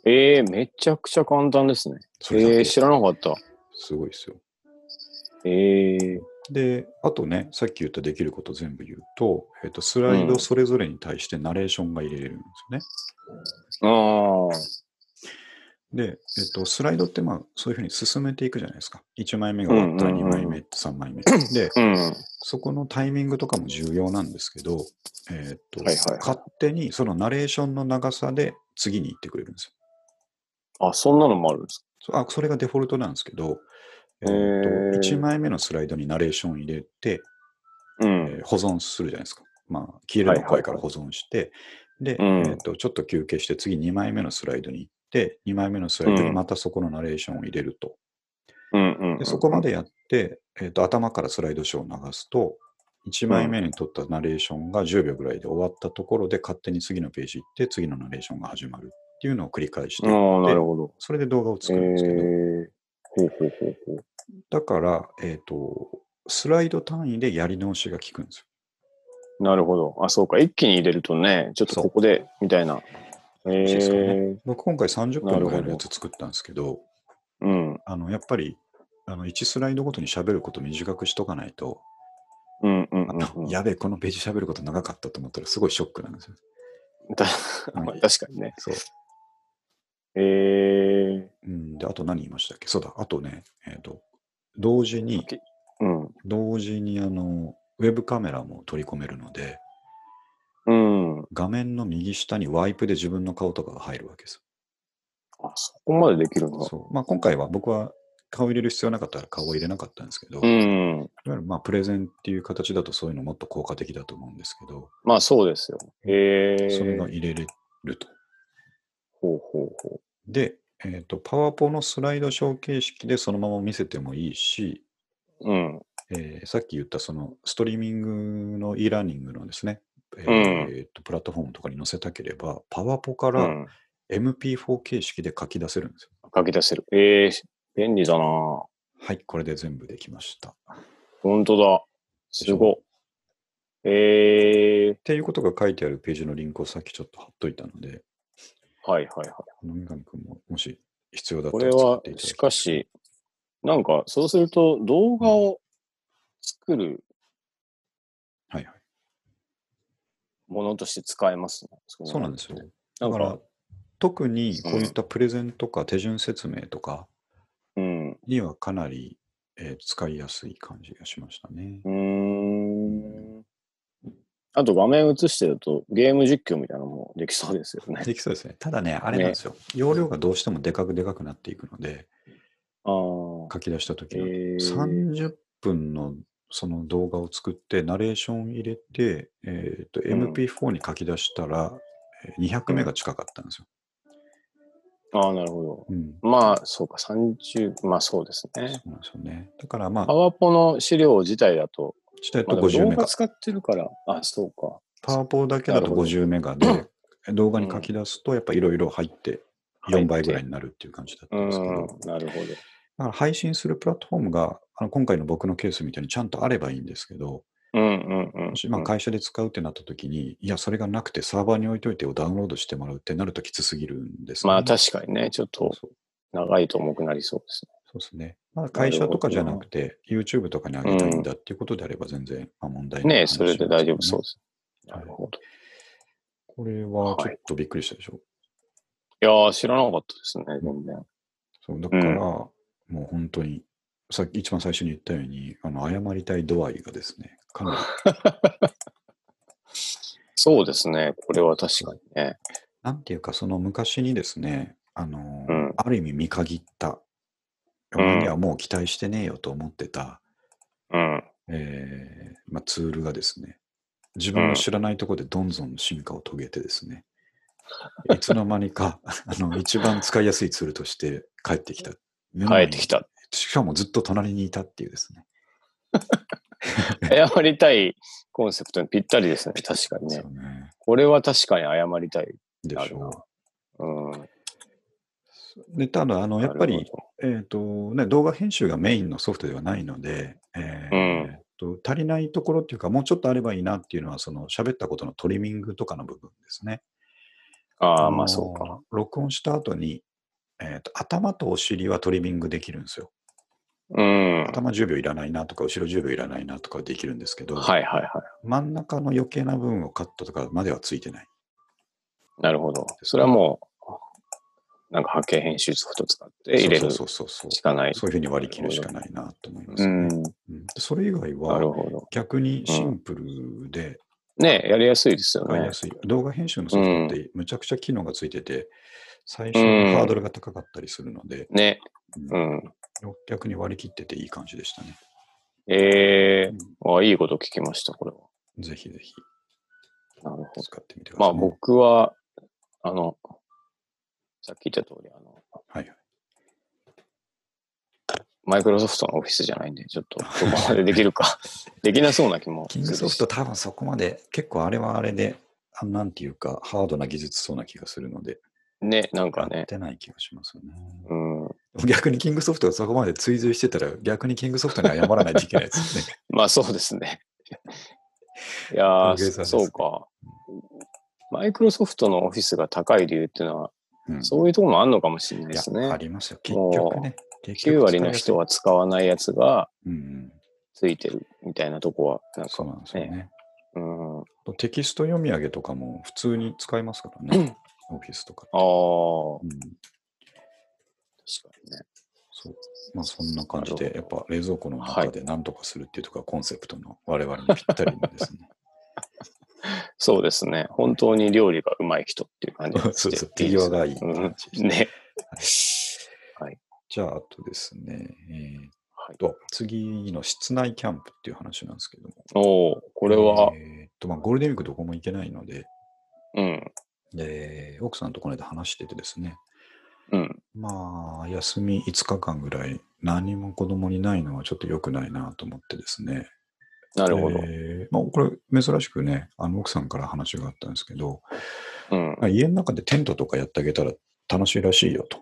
ええめちゃくちゃ簡単ですね。よ。それだええけ知らなかった。すごいですよ。ええで、あとね、さっき言ったできること全部言うと、えっ、と、スライドそれぞれに対してナレーションが入れれるんですよね。ああ、で、えっ、と、スライドってまあ、そういうふうに進めていくじゃないですか。1枚目が終わったら2枚うんうんうん目、3枚 目。で、うん。そこのタイミングとかも重要なんですけど、えーっとはいはいはい勝手にそのナレーションの長さで次に行ってくれるんですよ。あ、そんなのもあるんですそあそれがデフォルトなんですけど、えーっとへー1枚目のスライドにナレーション入れて、かうえん。ー保存するじゃないですか。まあ、消えるの声から保存して、で、うんえーっと、ちょっと休憩して次2枚目のスライドに行って、2枚目のスライドにまたそこのナレーションを入れると。うんうんうん。でそこまでやって、えーっと、頭からスライドショーを流すと、 1枚目に撮ったナレーションが10秒ぐらいで終わったところで勝手に次のページ行って次のナレーションが始まるっていうのを繰り返していああ、なっるてほど。それで動画をえ作るえんですけど、ほうほうほうほう。だから、えっとスライド単位でやり直しが効くんですよ。なるほど。あ、そうか。一気に入れるとね、ちょっとここで、みたいな。えうですよー、僕今回30分ぐらいなるのやほどつ作ったんですけどうん。あのやっぱりあの1スライドごとに喋ること短くしとかないと、うんうんあうんのうん。やべえ、このページ喋ること長かったと思ったらすごいショックなんですよ。 たうんまあ確かにね。そうえー、うん、であと何言いましたっけそうだ、あとね、えっと同時に、うん。同時にあのウェブカメラも取り込めるので、うん。画面の右下にワイプで自分の顔とかが入るわけです。あ、そこまでできるんだ。そうまあ、今回は僕は顔入れる必要なかったら顔を入れなかったんですけど、ういわん。ゆるまあプレゼンっていう形だとそういうのもっと効果的だと思うんですけど、まあそうですよ。えー、それが入れれると。ほうほうほで、えっとパワポのスライド小形式でそのまま見せてもいいし、う。うん。えーさっき言ったそのストリーミングの e ラーニングのですね、えーうんえーとプラットフォームとかに載せたければ、パワポかうらん。 MP4 形式で書き出せるんですよ。書き出せる。えー、便利だなはい、これで全部できました。っ本当だ。すご。えていうことが書いてあるページのリンクをさっきちょっと貼っといたので、ー、はいはいはい。あの三上君ももし必要だったこられ使っはてい、ただしきたいかし、なんか、そうすると、動画を作るはいはい。ものとして使えますね。そうなんですよ。。なだんか、、から特にこういったプレゼンとか手順説明とかうん。うにはかなり、えー使いやすい感じがしましたね。ーん。あと、画面映してると、ゲーム実況みたいなのもできそうですよね。できそうですね。ただね、あれなんですよ。容量がどうしてもでかくでかくなっていくので、ああ。書き出したときえに、ー、 30分のその動画を作って、ナレーション入れて、えーとうん MP4 に書き出したら、えー200メガ近かったんですよ。ああ、なるほうん。ど。まあ、そうか、30、まあそうですね。そうなんですよね。だからまパあ、ワポの資料自体だと、したいまあ、とでも50動メガ画。使ってるから、あ、そうか。パワポだけだとなるほど50メガで、動画に書き出すと、やっぱいろいろ入って、4倍ぐらいになるっていう感じだったうんですけど、ん、なるほど。だから配信するプラットフォームが、あの今回の僕のケースみたいにちゃんとあればいいんですけど、うんうんうん。もしまあ会社で使うってなった時に、いや、それがなくてサーバーに置いといてをダウンロードしてもらうってなるときつすぎるんですよまね、あ確かにね、ちょっとそう長いと重くなりそうですね。そうですね。まあ、会社とかじゃなくて、YouTube とかに上げたいんだっていうことであれば全然、まあ、問題ない、ねえそれで大丈夫そうです。はいなるほど。いこれはちょっとびっくりしたでしょ。やー、知らなかったですね、全然。そうだから、もう本当に、さっき一番最初に言ったように、あの謝りたい度合いがですね、か なりそうですね、これは確かにね。なんていうか、その昔にですね、あのー、うんある意味見限った、うん俺にはもう期待してねえよと思ってた、うん。えーまあ、ツールがですね、自分の知らないところでどんどん進化を遂げてですね、いつの間にか あの一番使いやすいツールとして帰ってきた。帰ってき。た。しかもずっと隣にいたっていうですね。謝りたいコンセプトにぴったりですね、確かにですねよ。ねこれは確かに謝りたい。でしなるょうん。う。でただあの、やっぱなりる、ほえーとね、動画編集がメインのソフトではないので、えーと足りないところっていうか、もうちょっとあればいいなっていうのは、その喋ったことのトリミングとかの部分ですね。ど。ああ、のまあそうか。。録音した後に、えーと頭とお尻はトリミングできるんですよ。うん。はい頭10秒いらないなとか、後ろ10秒いらないなとかできるんですけど、はいは真ん中の余計な部分をカットとかまではついてない。い。なるほど。それはもう、なんか波形編集ソフト使って入れるそうしそうそうそう。かない。そういうふうに割り切るしかないなと思いますうね。ん。うんでそれ以外なるは、ほど。逆にシンプルで、ねやりやすいですよ使いねや。すい。動画編集のソフトってむちゃくちゃ機能がついてて、最初のハードルが高かったりするので、ね。ううんん。逆に割り切ってていい感じでしたね。ええあいいこと聞きました、これは。ぜひぜひなるほど。使ってみてくだまさいあね、僕は、あの、さっき言った通り、あの、はいはいマイクロソフトのオフィスじゃないんで、ちょっとそこまででき るか、できなそうな気もキすンるしグソフト多分そこまで、結構あれはあれで、あなんていうか、ハードな技術そうな気がするので、ね、なんかやっね。てない気がしますよね。うん。逆にキングソフトがそこまで追随してたら、逆にキングソフトに謝らないといけないですよね。まあそうで すね。いや大げさー、ですねそうか。マイクロソフトのオフィスが高い理由っていうのは、うんそういうところもあるのかもしれないですいやあね。りますよ。結もう局ね。結9局割の人は。は使わないやつがうんうん、ついてるみたいなとこは、なんそうか、なんですよね。うん、あテキスト読み上げとかも普通に使いますからね。オフィスとか。あー、うん、確かにね。そう。まあそんな感じなで、やるっほどぱ冷蔵庫の中で何とかするっていうとか、コンセプトの我々にぴったりのです ね。そうですね。本当に料理がうまい人っていう感じが そうしてそう。い手いです際がいいってうん感じでした。ね。じゃあ、あとですね。えはーっい、と次の室内キャンプっていう話なんですけども。おおここれは、えーっと、まあゴールデンウィークどこも行けないので、うん、で、奥さんとこの間話しててですね、うん。まあ、休み5日間ぐらい、何も子供にないのはちょっと良くないなと思ってですね。なるほど。えーまあ、これ、珍しくね、あの奥さんから話があったんですけど、うん。まあ家の中でテントとかやってあげたら楽しいらしいよと。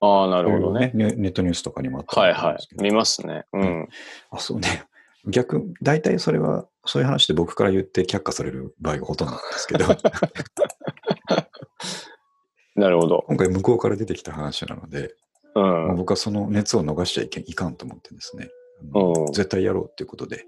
ああ、なるほどね。ネネットニュースとかにもあったはいみたはいですけい。ど見ますね。うん。あ、そうね。逆、大体それは、そういう話で僕から言って却下される場合がほとんどなんです けど、なるほど。今回向こうから出てきた話なので、うまあん。僕はその熱を逃しちゃいけいかんと思ってですね、あのおう絶対やろうっていうこと で、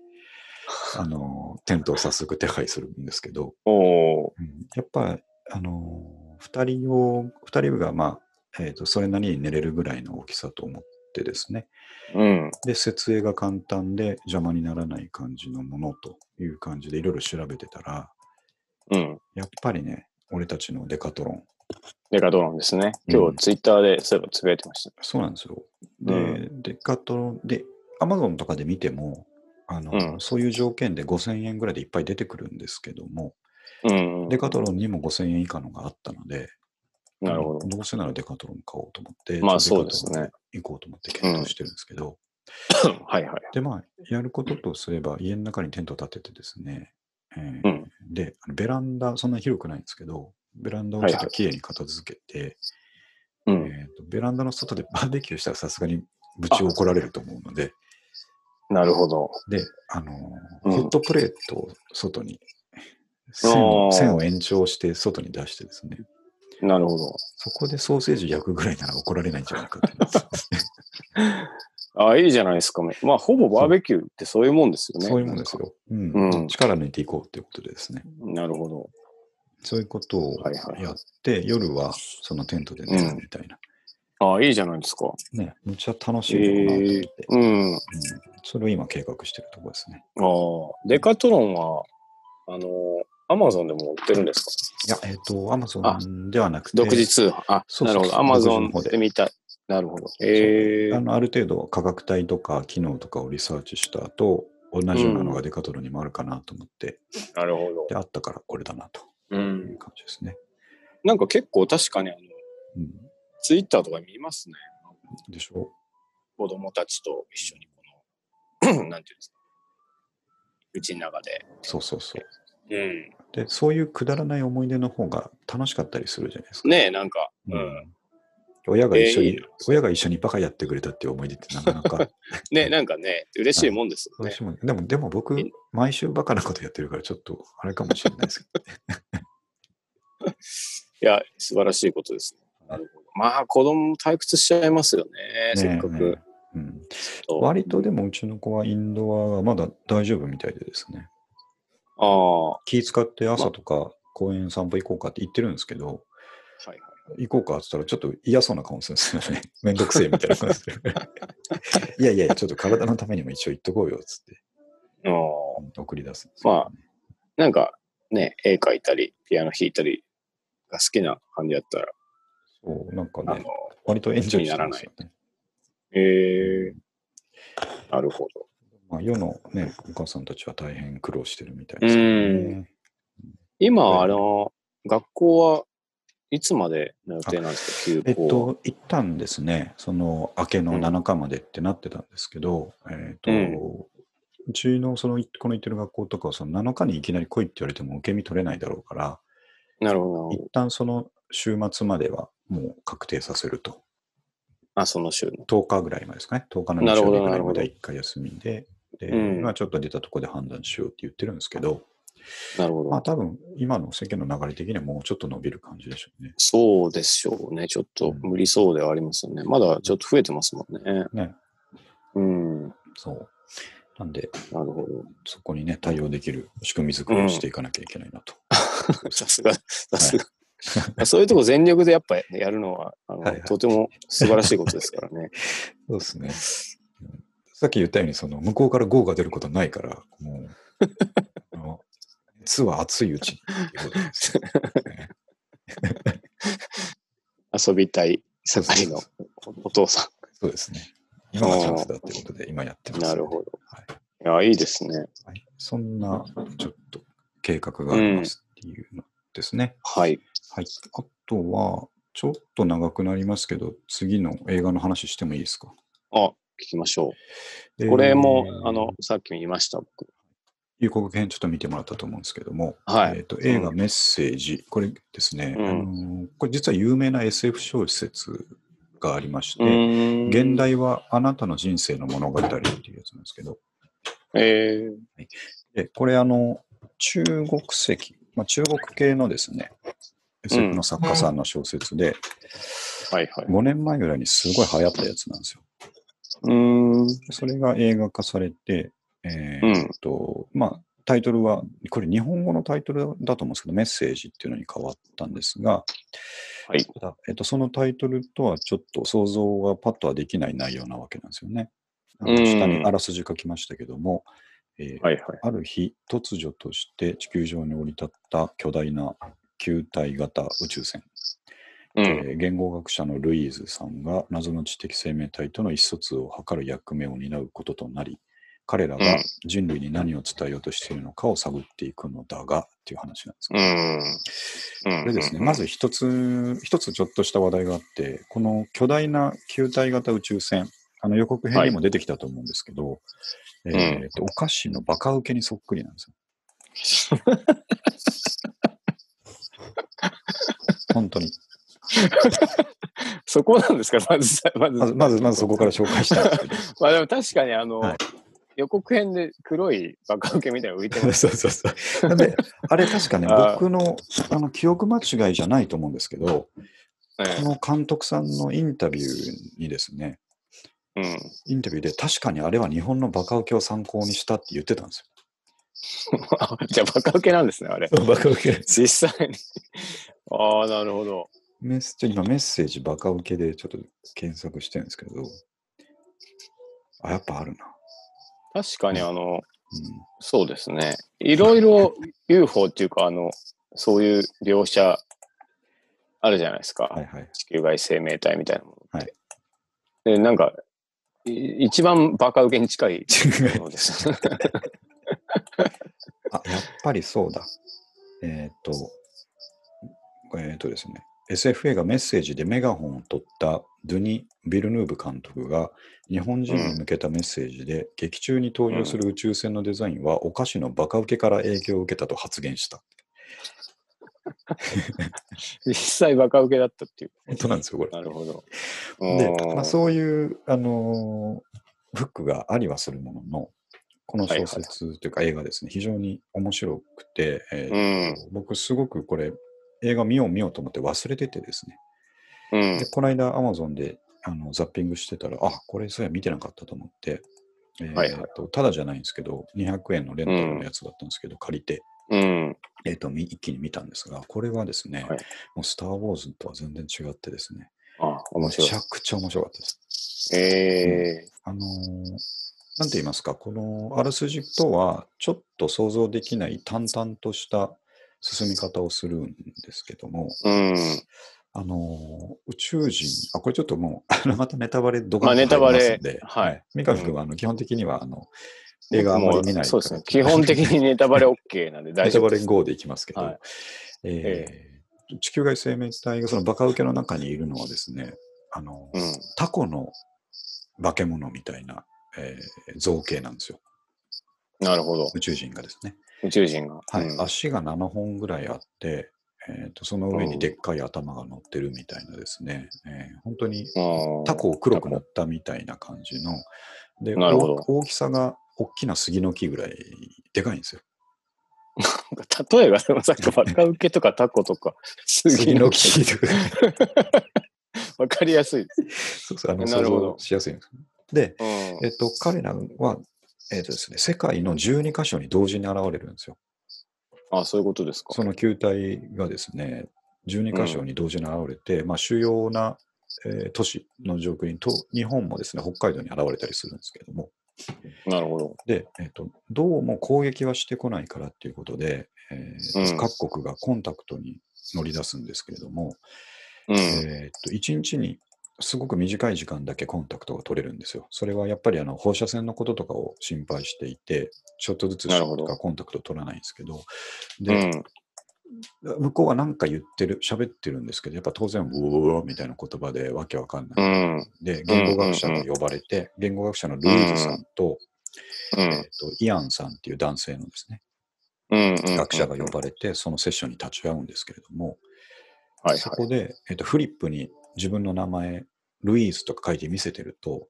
あの、テントを早速手配するんですけど、おーうんやっぱ、あの、二人を、二人が、まあ、えっ、と、それなりに寝れるぐらいの大きさと思ってですね、うん。で、設営が簡単で邪魔にならない感じのものという感じでいろいろ調べてたら、うん。やっぱりね、俺たちのデカトロン、デカドロンですね。う今ん日ツイッターでそういえばつぶやいてました。そうなんですよ。で、うデカトロンで、アマゾンとかで見ても、あのうんそういう条件で5000円ぐらいでいっぱい出てくるんですけども、うん。デカトロンにも5000円以下のがあったので、なるほど。どうせならデカトロン買おうと思って、まあちょっとそデうですカトロンね行こうと思って検討してるんですけど、はいはい。で、まあ、やることとすれば、家の中にテントを立ててですね、えーうんで、あのベランダ、そんな広くないんですけど、ベランダをちょっときれいに片付けて、うん。えーと、ベランダの外でバーベキューしたらさすがにぶち怒られると思うので、なるほど。で、あのーうんホットプレートを外に、線をあー線を延長して外に出してですね、なるほど。そこでソーセージ焼くぐらいなら怒られないんじゃないかって 思ってますねああ、いいじゃないですか。まあ、ほぼバーベキューってそういうもんですよね。そういうもんですよ。うんうん力抜いていこうということでですね、なんか。なるほど。そういうことをはいはいやって、夜はそのテントで寝るみたいな、ああ、いいじゃないですか。ね、むっちゃ楽しいのかなと思って、ええうん。あうんそれを今計画してるところですね。あ、デカトロンは、あの、アマゾンでも売ってるんですかいや、えっ、と、アマゾンではなくて、独自通販。あ、そうなそうるほど。アマゾンで見た。なるほど。ええあのある程度価格帯とか機能とかをリサーチした後、同じようなのがデカトロンにもあるかなと思って、なるほどで、。あったからこれだなとういんう。感じですね。なんか結構確かに、あの、うん、ツイッターとか見ますね。でしょ子供たちと一緒にこの、 なんていうんですか。うちの中で。そうそうそう。うん。で、そういうくだらない思い出の方が楽しかったりするじゃないですか。ねえ、なんか、う。うんん親が一緒に、えーいいな親が一緒にバカやってくれたっていう思い出ってなかなかねえ、なんかね、嬉しいもんですよね嬉。しいもん、でも、でも僕え、毎週バカなことやってるから、ちょっとあれかもしれないですけど、いや、素晴らしいことですね。なるほど。まあ、子供も退屈しちゃいますよね、 せっかねく。えうん、そう割とでもうちの子はインドアがまだ大丈夫みたいでですね。ああ、は気使って朝とか公園散歩行こうかって言ってるんですけど、いはい。行こうかって言ったらちょっと嫌そうな顔するんですよね。 めんどくせえみたいな感じで。 いやいやいや、ちょっと体のためにも一応行っとこうよっつってあーうん送り出すんですまあなんかね、絵描いたり、ピアノ弾いたりが好きな感じだったら、そうなんかあのね、、割とエンジョイしてるんですよね。えー、なるほど。まあ、世のね、お母さんたちは大変苦労してるみたいですけどね。今、あの、学校はいつまでの予定なんですか、休校。えっと、一旦ですね、その明けの7日までってなってたんですけど、えっと、ううんちのそのいこの行ってる学校とかはその7日にいきなり来いって言われても受け身取れないだろうから、なるほどなるほ一ど。旦その週末まではもう確定させると、あ、その週の。 10日ぐらいまでですかね、10日の日なるほ曜ど日ぐらいまなるほどで1回休みで、でうん今ちょっと出たところで判断しようって言ってるんですけど、なるほまあど。多分今の世間の流れ的にはもうちょっと伸びる感じでしょうね。そうでしょうね。ちょっと無理そうではありますよね。まだちょっと増えてますもんね。ね、うん。なそう。なんで、るほど。そこにね、対応できる仕組み作りをしていかなきゃいけないなと。さすが、さすが。 そういうとこ全力でやっぱやるのは、あのはいはいとても素晴らしいことですから ね。そうですね。うんさっき言ったように、その向こうから GO が出ることはないから、も う、あの熱は熱いうちにっていうことですね。遊びたい盛りのお父さそうですね。今がチャンスだっていうことで、今やってまん。す、なるほど。はいや、いいですね。い、はい。そんな、ちょっと計画がありますっていうのですね。はい。はい。あとは、ちょっと長くなりますけど、次の映画の話してもいいですか。あ、聞きましょう。これも、えーあの、、さっきも言いました、僕。予告編ちょっと見てもらったと思うんですけども、はいえー、と映画「メッセージ」これですね、うんあのーこれ実は有名な SF 小説がありましうて、ーん現。代はあなたの人生の物語っていうやつなんですけど、えー、でこれあの中国籍、まあ、中国系のですね、SF の作家さんの小説で、はいはい。 5年前ぐらいにすごい流行ったやつなんですよ。うーん。でそれが映画化されて、えーっと、まあ、タイトルは、これ日本語のタイトルだと思うんですけど、メッセージっていうのに変わったんですが、はい。ただえっと、そのタイトルとはちょっと想像がパッとはできない内容なわけなんですよね。あのうん下にあらすじ書きましたけども、えーはいはい。ある日、突如として地球上に降り立った巨大な球体型宇宙船。うん。えー言語学者のルイーズさんが謎の知的生命体との意思疎通を図る役目を担うこととなり、彼らうがん人類に何を伝えようとしているのかを探っていくのだがっていう話なんですけど、うん。うんこれですね、まず一つ、一つちょっとした話題があって、この巨大な球体型宇宙船、あの予告編にも出てきたと思うんですけど、えーとお菓子のバカ受けにそっくりなんですよ。 本当に。そこなんですか、まず、まず。まず、まず、まずそこから紹介したいんですけど。まあでも確かに、あの、はい予告編で黒いバカウケみたいなの浮いてそまうす。 そう そう。なんで、あれ確かね、あー僕のあの記憶間違いじゃないと思うんですけど、ね この監督さんのインタビューにですね、うん。インタビューで確かにあれは日本のバカウケを参考にしたって言ってたんです じゃあバカウケなんですね、あれ。 よ。バカウケ実際に。 ああ、なるほど。メッセちょ今メッセージバカウケでちょっと検索してるんですけど、あ、やっぱあるな。確かに、あの、うんそうですね。いろいろ UFO っていうか、あの、そういう描写あるじゃないですか。はいはい。地球外生命体みたいなものって。で、なんか、い一番バカウケに近いも のです。あ、やっぱりそうだ。えーっ、と、えーっ、とですね、SF 映画メッセージでメガホンを取ったドゥニ・ビルヌーブ監督が日本人に向けたメッセージで、劇中に登場する宇宙船のデザインはお菓子のバカ受けから影響を受けたと発言した。実際バカウケだったっていう。本当なんですよ、これ。なる ほど。で、まあ、うそういう、あのーフックがありはするものの、この小説というか映画ですね、非常に面白くて、えーっとーん。僕すごくこれ映画見よう見ようと思って忘れててですね。うん。うんで、この間 Amazon であのザッピングしてたら、あ、これそうや見てなかったと思って、えーはいはいとただじゃないんですけど、200円のレンタルのやつだったんですけど、借りて、うん。えーと、み一気に見たんですが、これはですね、はいもうスター・ウォーズとは全然違ってですね、あ、面白めちゃい。くちゃ面白かったです。えあのーなんて言いますか、このあらすじとはちょっと想像できない淡々とした進み方をするんですけども、えうん。あのー宇宙人、あ、これちょっともう、あ のまたネタバレどまかあネタバレで、はい三上君はあの基本的にはあの映画あんまり見ないからそ うですね。基本的にネタバレ OK なんでネ大タ丈バ夫レです。 5でいきますけど、はいえー地球外生命体がそのバカウケの中にいるのはですね、あの、うん。タコの化け物みたいな、えー造形なんですよ。なるほど。宇宙人がですね。宇宙人が。はい。うん足が7本ぐらいあって、えーと、その上うにんでっかい頭が乗ってるみたいなですね、えー本当にうんタコを黒く塗ったみたいな感じの、で、なるほど大大きさが大きな杉の木ぐらいでかいんですよ。例えば、でもさっきバカウケとかタコ とか、杉の木。とか。 わかりやすいでそす。うそう、あの、な想るほど像しやすいんですね。で、うんえっと、彼らは、えっとですね、世界の12箇所に同時に現れるんですよ。あ、そういうことですか。その球体がですね、12箇所に同時に現れて、まあ、主要な、えー都市の上空にと、日本もですね、北海道に現れたりするんですけれども、なるほど。で、えっと、どうも攻撃はしてこないからっていうことで、えーうん各国がコンタクトに乗り出すんですけれども、うん。えーっと1日にすごく短い時間だけコンタクトが取れるんですよ。それはやっぱりあの放射線のこととかを心配していて、ちょっとずつしなるほどかコンタクト取らないんですけど、うで、ん。向こうは何か言ってる、喋ってるんですけど、やっぱ当然、うおーみたいな言葉でわけわかんうない。ん。うん。で、言語学者が呼ばれて、言語学者のルイーズさんと、えーっとイアンさんっていう男性のですね、うん。うん学者が呼ばれて、そのセッションに立ち会うんですけれども、はいそはこで、えっと、フリップに自分の名前、ルイーズとか書いて見せてると、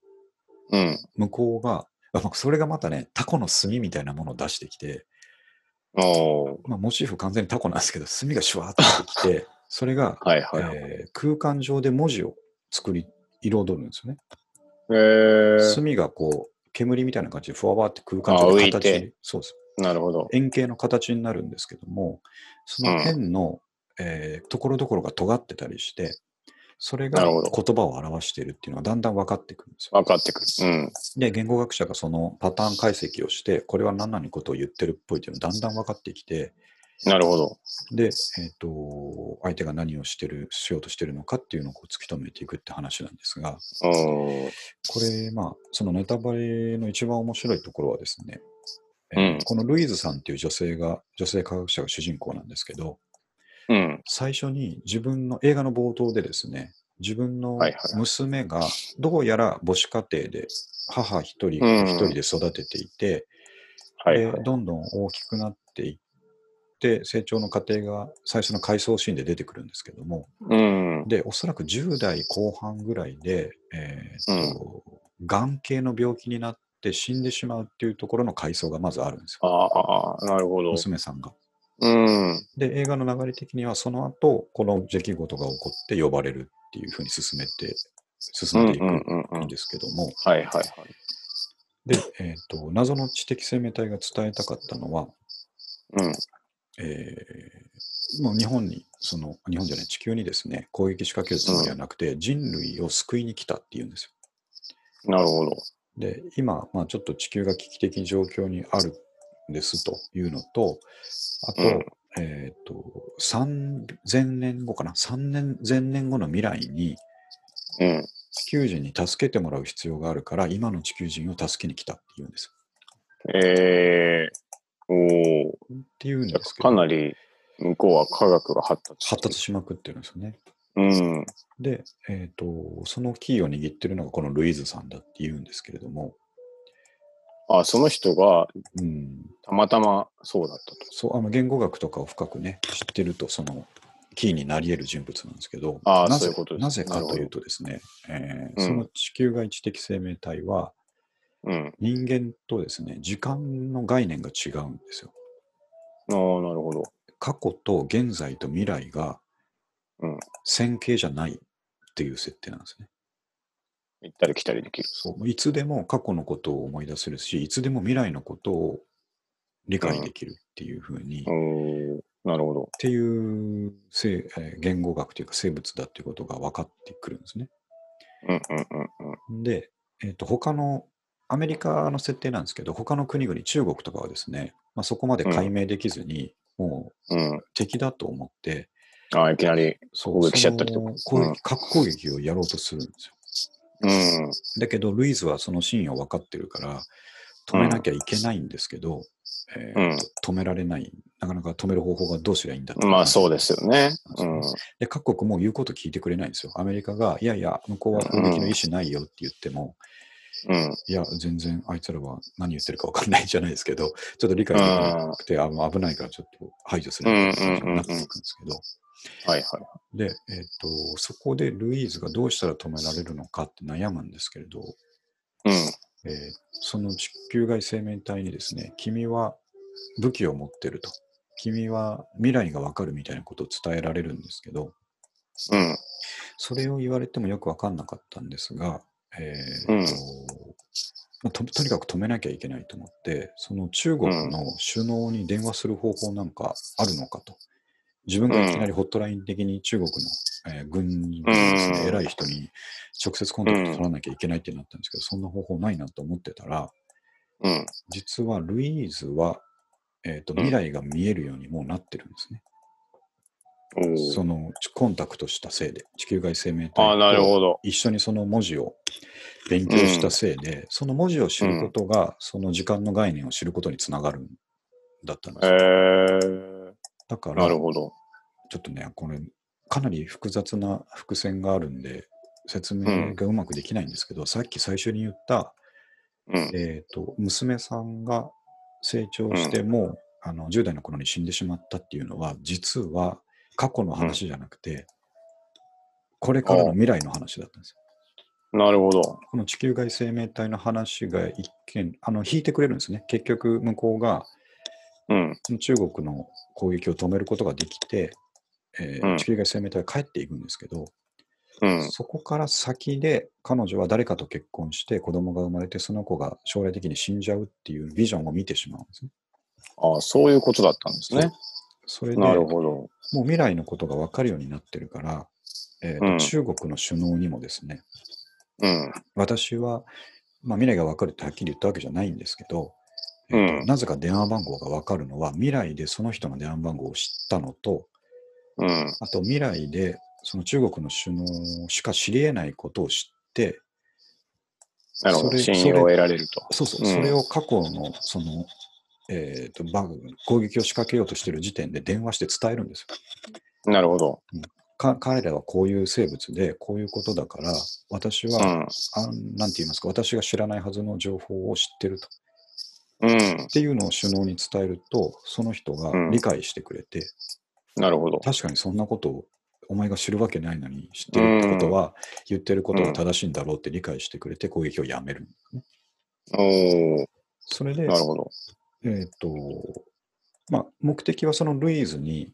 い。うん。向こうが、あまあそれがまたね、タコの炭みたいなものを出してきて、おーまあ、モチーフ完全にタコなんですけど、炭がシュワーッと 出てきて、それが、はいはい。えー空間上で文字を作り、彩るんですよね。えー、炭がこう、煙みたいな感じでふわわって空間あ上浮でいて形に、そうです。なるほど。円形の形になるんですけども、その円の、えーところどころが尖ってたりして、それがなる言ほど葉を表しているっていうのがだんだん分かってくるんですよ。分かってくる。うん。で、言語学者がそのパターン解析をして、これは何々ことを言ってるっぽいっていうのがだんだん分かってきて、なるほど。で、えっ、と、相手が何をしてる、しようとしてるのかっていうのをこう突き止めていくって話なんですが、おーこれ、まあ、そのネタバレの一番面白いところはですね、えーうんこのルイーズさんっていう女性が、女性科学者が主人公なんですけど、うん。最初に自分の映画の冒頭でですね、自分のはいはい娘がどうやら母子家庭で母一人うん一人で育てていて、はいではい。どんどん大きくなっていって、成長の過程が最初の回想シーンで出てくるんですけども、うん。で、おそらく10代後半ぐらいで、えーっと、がん系の病気になって死んでしまうっていうところの回想がまずあるんですよ、ああ、なるほど。娘さんが。うん。で、映画の流れ的には、その後、この出来事が起こって呼ばれるっていうふうに進めて、うん進うんんでいうくんうんんん。ですけども、はいはいはい。で、えっ、と、謎の知的生命体が伝えたかったのは、うん。えーもう日本に、その、日本じゃない、地球にですね、攻撃仕掛けるつもりはなくて、人類を救いに来たっていうんですよ。なるほど。で、今、まあ、ちょっと地球が危機的状況にあるんですというのと、あと、うんえっ、と、3000年後かな、3年、前年後の未来に、うん。地球人に助けてもらう必要があるから、今の地球人を助けに来たっていうんです。えー、おーっていうんじゃですあけかど、なり向こうは科学が発達して発達しまくってるんですよね。うん。で、えっ、と、そのキーを握ってるのがこのルイーズさんだっていうんですけれども、あ、その人がうん、たまたまそうだったと。そう、あの、言語学とかを深くね、知ってると、その、キーになり得る人物なんですけど、あーなそぜういうことですなぜかなるほとどいうとですね、えうーんその地球外知的生命体は、うん。人間とですね、時間の概念が違うんですよ。ああ、なるほど。過去と現在と未来がうん線形じゃないっていう設定なんですね。行ったり来たりできる。そういつでも過去のことを思い出せるし、いつでも未来のことを理解できるっていうふうに、っうーん。なるほど。ていう生、えー言語学というか生物だっていうことが分かってくるんですね。うんうんうんうん。で、えー、と他のアメリカの設定なんですけど、他の国々、中国とかはですね、まあ、そこまで解明できずに、もううん。敵だと思って、ああ、いきなり。そう攻撃しちゃったりとかその攻うん撃核攻撃をやろうとするんですよ。うん。だけど、ルイーズはそのシーンを分かってるから、止めなきゃいけないんですけど、えーうん止められない、なかなか止める方法がどうすりゃいいんだってまあそうですよね。うん。で、各国も言うこと聞いてくれないんですよ。アメリカが、いやいや、向こうは攻撃の意思ないよって言っても、うん。いや、全然あいつらは何言ってるか分かんないじゃないですけど、ちょっと理解できなくて、あの危ないからちょっと排除するみたいな感じになっていくんですけど、はいはい。で、えっと、そこでルイーズがどうしたら止められるのかって悩むんですけれど、うん。えーその地球外生命体にですね、君は武器を持ってると。君は未来がわかるみたいなことを伝えられるんですけど、うん。それを言われてもよくわかんなかったんですが、えーうんとまあととにかく止めなきゃいけないと思って、その中国の首脳に電話する方法なんかあるのかと。自分がいきなりホットライン的に中国の、えー軍人のですねうん偉い人に直接コンタクト取らなきゃいけないってなったんですけど、そんな方法ないなと思ってたら、うん。実はルイーズは、えー、とうん未来が見えるようにもうなってるんですね。おーそのちコンタクトしたせいで、地球外生命体とああ、なるほど。一緒にその文字を勉強したせいで、その文字を知ることが、その時間の概念を知ることにつながるんだったんでへすよ。えー。だから、なるちょほど。っとね、これ、かなり複雑な伏線があるんで、説明がうまくできないんですけど、さっき最初に言った、うん。えー、と娘さんが成長しても、あの10代の頃に死んでしまったっていうのは実は過去の話じゃなくて、これからの未来の話だったんですよ。なるほど。この地球外生命体の話が一見あの引いてくれるんですね。結局向こうがうん。その中国の攻撃を止めることができて、えーうん地球外生命体は帰っていくんですけど、うん。そこから先で彼女は誰かと結婚して子供が生まれてその子が将来的に死んじゃうっていうビジョンを見てしまうんですね。ああ、そういうことだったんですね。それでなるもほど。う未来のことが分かるようになってるから、えーうん中国の首脳にもですねうん。私は、まあ、未来が分かるってはっきり言ったわけじゃないんですけど、えーとうんなぜか電話番号が分かるのは未来でその人の電話番号を知ったのとうん。あと未来でその中国の首脳しか知り得ないことを知ってなるほそど。れ信用を得られると。そうそう、うんそれを過去のその、えー、とバグ攻撃を仕掛けようとしている時点で電話して伝えるんですよなるほど。か彼らはこういう生物でこういうことだから私うは、ん。あん、なんて言いますか私が知らないはずの情報を知ってるとっうん。ていうのを首脳に伝えるとその人がうん理解してくれて、なるほど。確かにそんなことをお前が知るわけないのに知ってるってことは、言ってることが正しいんだろうって理解してくれて攻撃をやめる、おお。それでなるほど。えっ、と、まあ、目的はそのルイーズに、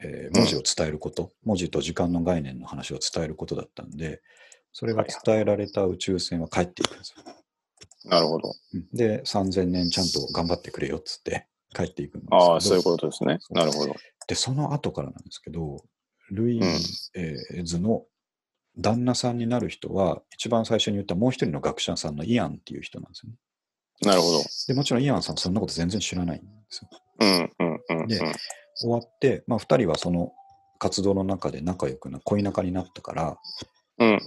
えー文字を伝えること、文字と時間の概念の話を伝えることだったんで、それが伝えられた宇宙船は帰っていくんですよ。なるほど。うんで、3000年ちゃんと頑張ってくれよっつって帰っていくんですけどああ、そういうことですね。なるほど。で、その後からなんですけど、ルイーズの旦那さんになる人は、一番最初に言ったもう一人の学者さんのイアンっていう人なんですよね。なるほど。で、もちろんイアンさんそんなこと全然知らないんですよ。うん。うん。うん。うんで終わって、まあ、2人はその活動の中で仲良くな恋仲になったからうん。うん。うん。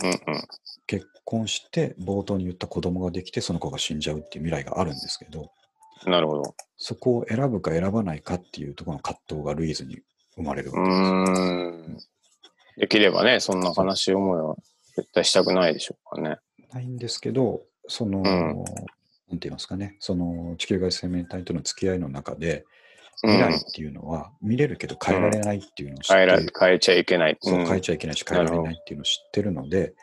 結婚して冒頭に言った子供ができてその子が死んじゃうっていう未来があるんですけどなるほど。そこを選ぶか選ばないかっていうところの葛藤がルイーズに生まれるうわけですよ。ーん。できればね、そんな悲しい思いは絶対したくないでしょうからね。ないんですけどその、んなんて言いますかねその地球外生命体との付き合いの中でう未来っん。ていうのは見れるけど変えられないっていうのを知って、変えら変えちゃいけない。そう変えちちゃいけないし変えられないっていうのを知ってるので、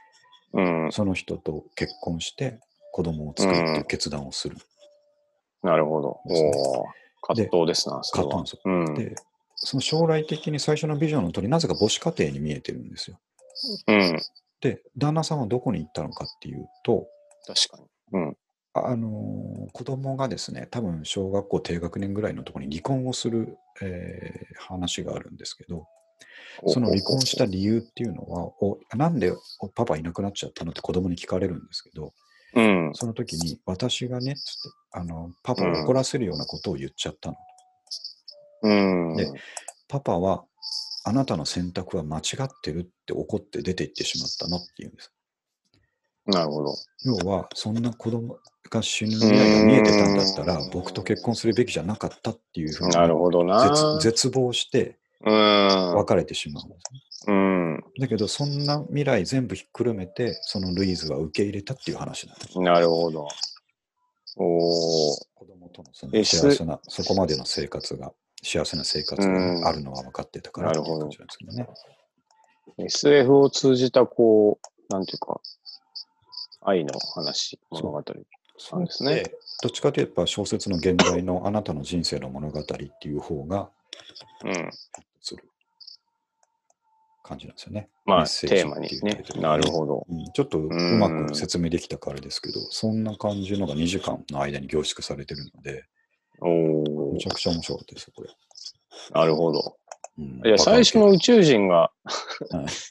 うん。その人と結婚して子供を作るっていう決断をする。なるほど。おお。葛藤ですな、それ葛藤なはん。ですようで、ん。その将来的に最初のビジョンの通り、なぜか母子家庭に見えてるんですよ。うん。で、旦那さんはどこに行ったのかっていうと、確かに。うん。ああのー子供がですね、多分小学校低学年ぐらいのところに離婚をする、えー話があるんですけど、その離婚した理由っていうのは、おなんでおパパいなくなっちゃったのって子供に聞かれるんですけど、うん。その時に私がね、つって、あのパパを怒らせるようなことを言っちゃったの。うん。でパパはあなたの選択は間違ってるって怒って出て行ってしまったのって言うんです。なるほど。要は、そんな子供が死ぬ未来が見えてたんだったらうん、僕と結婚するべきじゃなかったっていうふうになるほどな。絶絶望してうん。別れてしまうんですね。うん。だけど、そんな未来全部ひっくるめて、そのルイーズは受け入れたっていう話なんです。なるほど。おー。子供とのそのえ幸せな、そこまでの生活が、幸せな生活うんがあるのは分かってたからっていう感じなんですけどね。 SF を通じた、こう、なんていうか、愛の話、物語。そそうですねれってどっちかといえば小説の現代のあなたの人生の物語っていう方が、うん。する感じなんですよね。まメあ、ッセージテーマにってねいうタイト。ルでなるほど。うんちょっとうまく説明できたからですけど、そんな感じのが2時間の間に凝縮されてるので、おめーち。ゃくちゃ面白かったですよ、これ。なるほど。うんいや、最初の宇宙人がはい、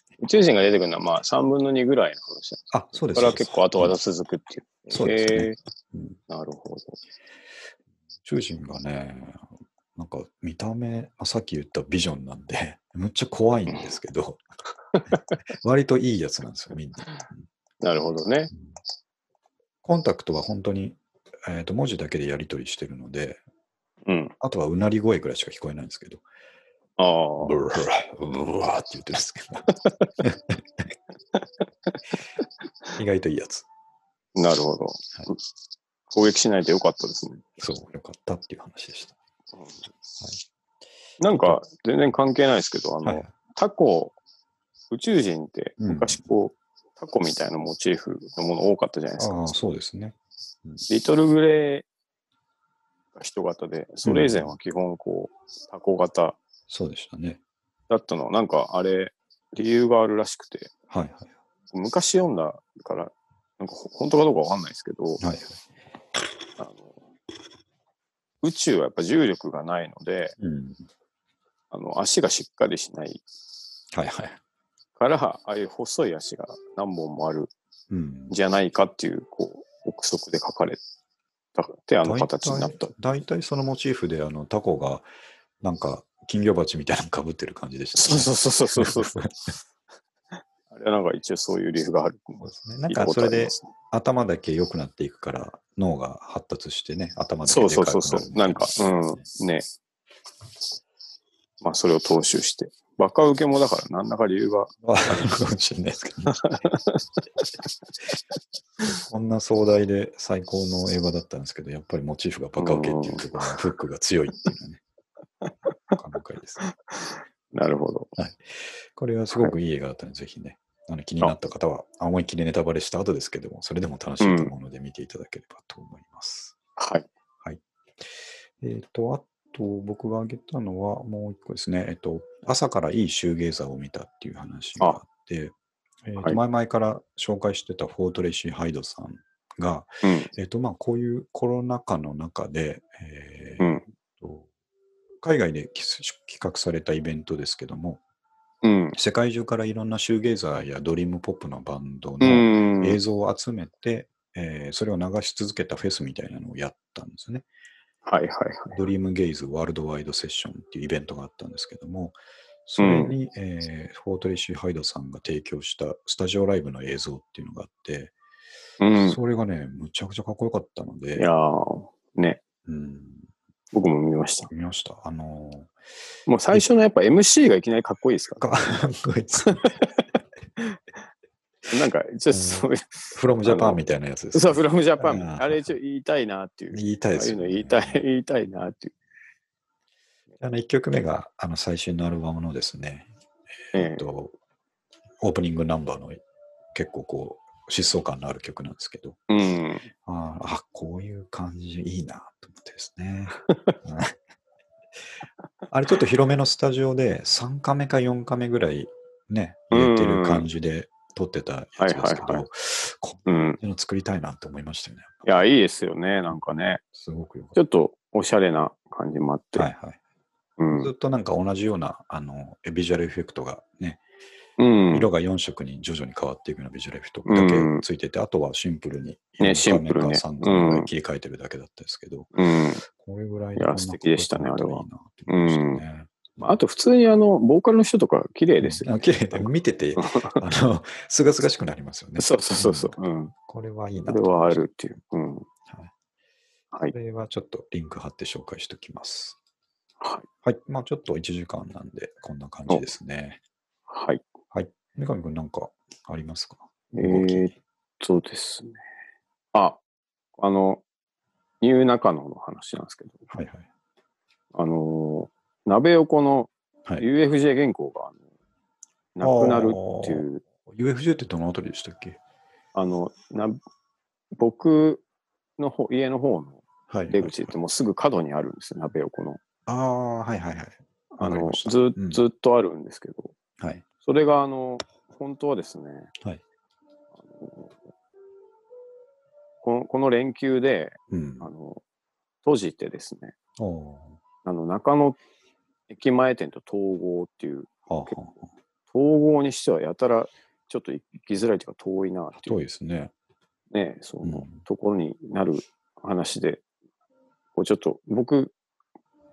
宇宙人が出てくるのは、まあ、3分の2ぐらいの話なんですねあ、そうですそれは結構後々続くっていう。そうですねへえうんなるほど。宇宙人がね、なんか見た目、あさっき言ったビジョンなんで、 むっちゃ怖いんですけ ど、割といいやつなんですよ、みんな。なるほどね。コンタクトは本当に、えーと文字だけでやり取りしてるので、うん。あとはうなり声ぐらいしか聞こえないんですけど、ああ。ブルーブワーって言ってるんですけ ど。意外といいやつ。なるほど。攻撃しないでよかったですね。そう、よかったっていう話でした。なんか、全然関係ないですけど、あはの、い。タコ、宇宙人ってうん昔こう、タコみたいなモチーフのもの多かったじゃないですか。ああ、そうですね。リトルグレーが人型で、それ以前は基本こう、タコ型そうでしたね。だったの。なんかあれ、理由があるらしくて、はいはい。昔読んだから、なんかほ本当かどうかわかんないですけど、はいはい。あの宇宙はやっぱ重力がないので、うん。あの足がしっかりしないはいはい。から、ああいう細い足が何本もあるんうん。じゃないかっていう、こう、憶測で書かれたって、あの形になった。大体そのモチーフで、あの、タコが、なんか、金魚鉢みたいなのかぶってる感じでした、そうそううそうそうそ うそう。あれはなんか一応そういう理由がある。そうですね。なんか、それで、頭だけ良くなっていくから、脳が発達してね、頭だけそでうかそくうなるそうそう。なんか、うん、ね。まあ、それを踏襲して。バカ受けもだから、何らか理由が。わかるかもしれないですけど、ね、こんな壮大で最高の映画だったんですけど、やっぱりモチーフがバカウケっていうところのフックが強いっていうのは ね、感慨です、ね。なるほど。これはすごくいい映画だったので、ぜひね、あの気になった方は、あ思いっきりネタバレした後ですけども、それでも楽しいと思うので見ていただければと思います。はい。えっ、と、あと僕が挙げたのはもう一個ですね、えっ、と、朝からいいシューゲーザーを見たっていう話があって、えーとはい前々から紹介してたフォートレシー・ハイドさんが、うん。えっ、と、まあ、こういうコロナ禍の中で、えーうん。と海外でき企画されたイベントですけども、うん。世界中からいろんなシューゲーザーやドリームポップのバンドうのん。映像を集めて、えーそれを流し続けたフェスみたいなのをやったんですね。はいはいはい。ドリームゲイズワールドワイドセッションっていうイベントがあったんですけども、それに、えーフォートレシー・ハイドさんが提供したスタジオライブの映像っていうのがあって、うん。いそれがね、むちゃくちゃかっこよかったので、やー、ね。うん、僕も見ました。見ました。あのもう最初のやっぱ MC がいきなりかっこいいですかー、か っこいいですね。ら。なんか、一応そういう、フロムジャパンみたいなやつですさね、あ、フラムジャパあーン、あれ一応言いたいなっていう。言いたいあであすいうよのね、言いたい、言いたいなっていう。あの1曲目があの最新のアルバムのですね、ええっと、オープニングナンバーの結構こう、疾走感のある曲なんですけど、え。うん。あーあ、こういう感じいいなと思ってですね。うんあれちょっと広めのスタジオで3カメか4カメぐらいね、入れてる感じで撮ってたやつですけはいはいはいど、こうん。ういうの作りたいなと思いましたよね。いや、いいですよね。なんかね。すごくよかちょっっとおしゃれな感じもあって。た。はいはい、うんずっ。となんか同じようなあのビジュアルエフェクトがね、うん。色が4色に徐々に変わっていくようなビジュアルエフェクトだけうんついてて、あとはシンプルにね4カメかシン3プカルねメぐらういん切り替えてるだけだったですけど、うん。これぐらいいや素敵でしたねこんなことあれはやったらいいなって思いましたねまあ、あと普通にあの、ボーカルの人とか綺麗ですよ、あ綺麗で見て て、あの、すがすがしくなりますよね。そうそうそうそう。んうん。これはいいそなれと。はあるっていう。うん。は。はいいこれはちょっとリンク貼って紹介しておきます。はい。はい。まあちょっと1時間なんで、こんな感じですね。はい。三上くんなんかありますかえ動きー、っとですね。あ、あの、ニューナカノの話なんですけど、はいあの、鍋横のはい。はい。 UFJ 原稿が、あのなくなるっていう、 UFJ ってどのあたりでしたっけあのな、僕のほ家の方のはい。出口ってもうすぐ角にあるんですよ、鍋横の。ああ、はいはいはい。あわかりのましたずうんずっとあるんですけど、はい。それがあの本当はですね、はいあのこのこの連休でうんあ。の閉じてですねおおあの中野駅前店と統合っていうー。はあはあ統合にしてはやたらちょっと行きづらいというか遠いなってい遠ういですね。ねその、うんところになる話でこうちょっと僕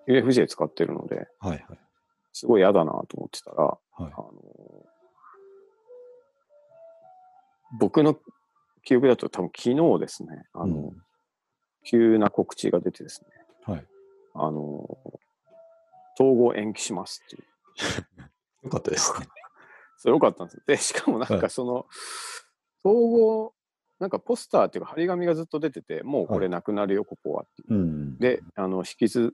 UFJ 使ってるのではいはい。すごい嫌だなと思ってたらはいあ。の僕の記憶だと多分昨日ですね、あの、うん急な告知が出てですね、はい。あの、統合延期しますっていう。よかったですね。それ良かったんですよ。で、しかもなんはいかその、統合、なんかポスターっていうか張り紙がずっと出てて、もうこれなくなるよ、ここはって いううん。で、あの、引き継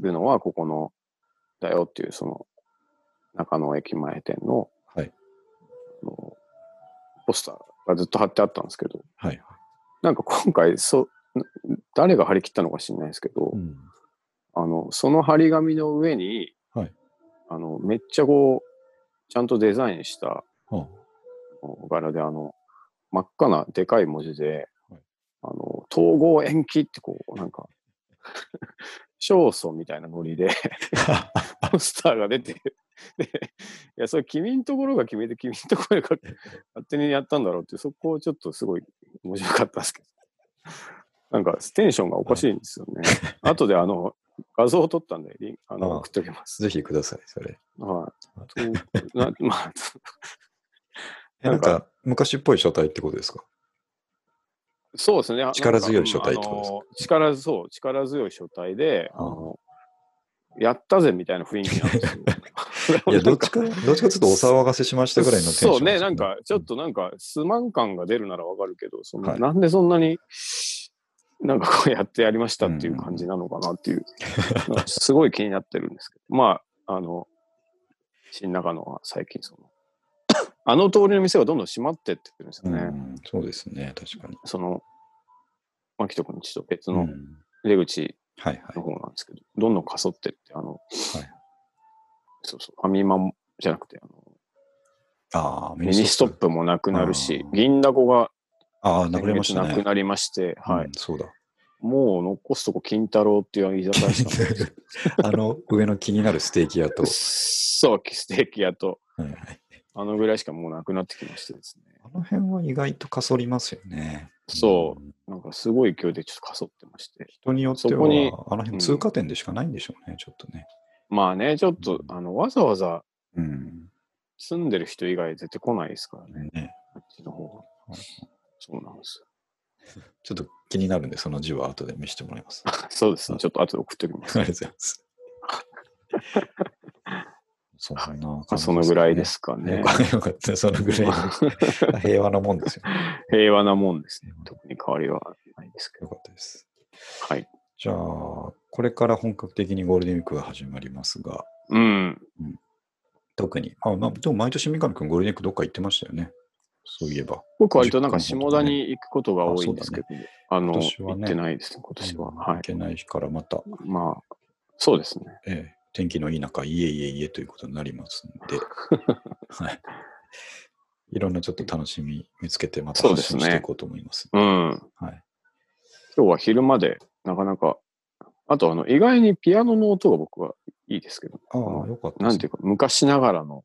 ぐのはここの、だよっていう、その、中野駅前店の、はいあの、ポスターがずっと貼ってあったんですけど、はい。なんか今回、そう、ん誰が張り切ったのか知んないですけど、うん。あの、その張り紙の上に、はいあの、めっちゃこう、ちゃんとデザインしたはお柄で、あの、真っ赤なでかい文字で、はいあの、統合延期ってこう、なんか、 勝訴みたいなノリで、あポスターが出て、で、いや、それ君のところが決めて、君のところが勝手にやったんだろうっていう、そこをちょっとすごい面白かったですけど。なんか、テンションがおかしいんですよね。後で、あの、画像を撮ったんで、リンあああの送っておきます。ぜひください、それ。はい。となまあ、えなんか、昔っぽい書体ってことですかそうですね。力強い書体ってことですかなんかうんあの力、そう、力強い書体で、あの、やったぜみたいな雰囲気なんですよ 。いや、どっちか、どっちかちょっとお騒がせしましたぐらいのテンション、そうね、なんか、ちょっ。となんか、すまん感が出るならわかるけど、そのはいなんでそんなに、なんかこうやってやりましたっていう感じなのかなっ ていう、すごい気になってるんですけど、まあ、あの、新中野は最近、その、 あの通りの店がどんどん閉まってってってるんですうよね。ん、そうですね、確かに。その、牧人君ちと別うのん出口はいはいの。方なんですけど、どんどんかそってって、あの、いそうそう、ファミマもじゃなくて、あのああ、ミニストップ。プもなくなるしあ、ー銀だこがああ、なくなりましたなくね。なりまして、はいうん。 そうだ。もう残すとこ金太郎っていう居酒屋しか ないですあの、上の気になるステーキ屋と。そう、ステーキ屋と、はいはいあのぐらいしかもうなくなってきましてですね。あの辺は意外とかそりますよね。そうん。う、なんかすごい勢いでちょっとかそってまして。人によってそは、あこにの辺通過点でしかないんでしょうね、ちょっとね。まあね、ちょっと、あの、わざわざうん。住んでる人以外絶対来ないですからね、ねあっちの方が。そうなんですよ。ちょっと気になるんで、その字は後で見せてもらい ます。あそうですね、ちょっと後で送っておきまりす。がとうございます。そんな感じまあそのぐらいですすかかね。ねよ。かよかった、そのぐらい の平和なもんですよ。 平和なもんですね。特に変わりはないですけよかったです。ど。はい。じゃあ、これから本格的にゴールデンウィークが始まりますが、うん。特に。あ、まあ、でも毎年三上君ゴールデンウィークどっか行ってましたよね。そういえば。僕割となんか下田に行くことが多いんですけど、あ今の、年はね行ってないですね、今年は。うんは行い。けない日からまた、まあ、そうですね。ええ天気のいい中、いえいえいえということになりますの で、はい。いろんなちょっと楽しみ見つけて、またそう発です信ねしていこうと思います。うん。はい。今日は昼まで、なかなか、あとあの、意外にピアノの音が僕はいいですけど、ああ、よかったなんていうか、昔なが らの、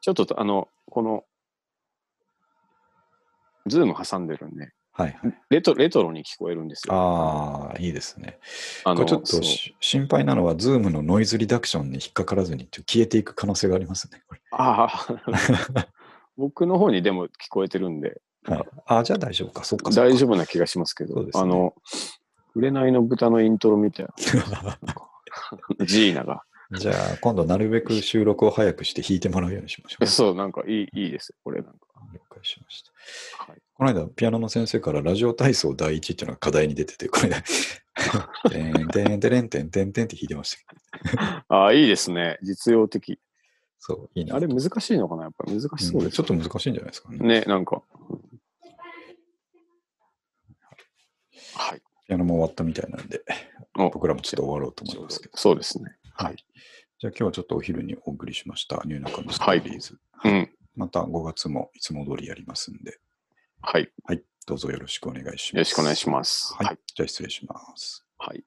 ちょっとあの、この、ズーム挟んでるんで、はいはい。レトレトロに聞こえるんですよ。ああ、いいですね。あこのれちょっとし心配なのは、ズームのノイズリダクションに引っかからずにちょっと消えていく可能性がありますね。これああ、 僕の方にでも聞こえてるんで、はい、あじゃあ大丈夫か、そっかそっか。大丈夫な気がしますけそど、うですねあの、紅の豚のイントロみたい な、ジーナが。じゃあ、今度なるべく収録を早くして弾いてもらうようにしましょう。 そう、なんかいい、いいです。これなんか。了解しました。はいこの間、ピアノの先生からラジオ体操第一っていうのが課題に出てて、こ れ、てんてんてれんてんてんてんって弾いてましたけど。ああ、いいですね。実用的。そう、いいな。あれうん難しいのかなやっぱり難しそうですちょよっと難しいんじゃないですかね。ね。なんか。はい。ピアノも終わったみたいなんで、お僕らもちょっと終わろうと思いますけど。そうですね。はい。じゃあ今日はちょっとお昼にお送りしました、ニューナカのストーリーズ。うん。また5月もいつも通りやりますんで、はい。よはい、どうぞよろしくお願いします。ろしくお願いします。はい、じゃあ失礼します。はい。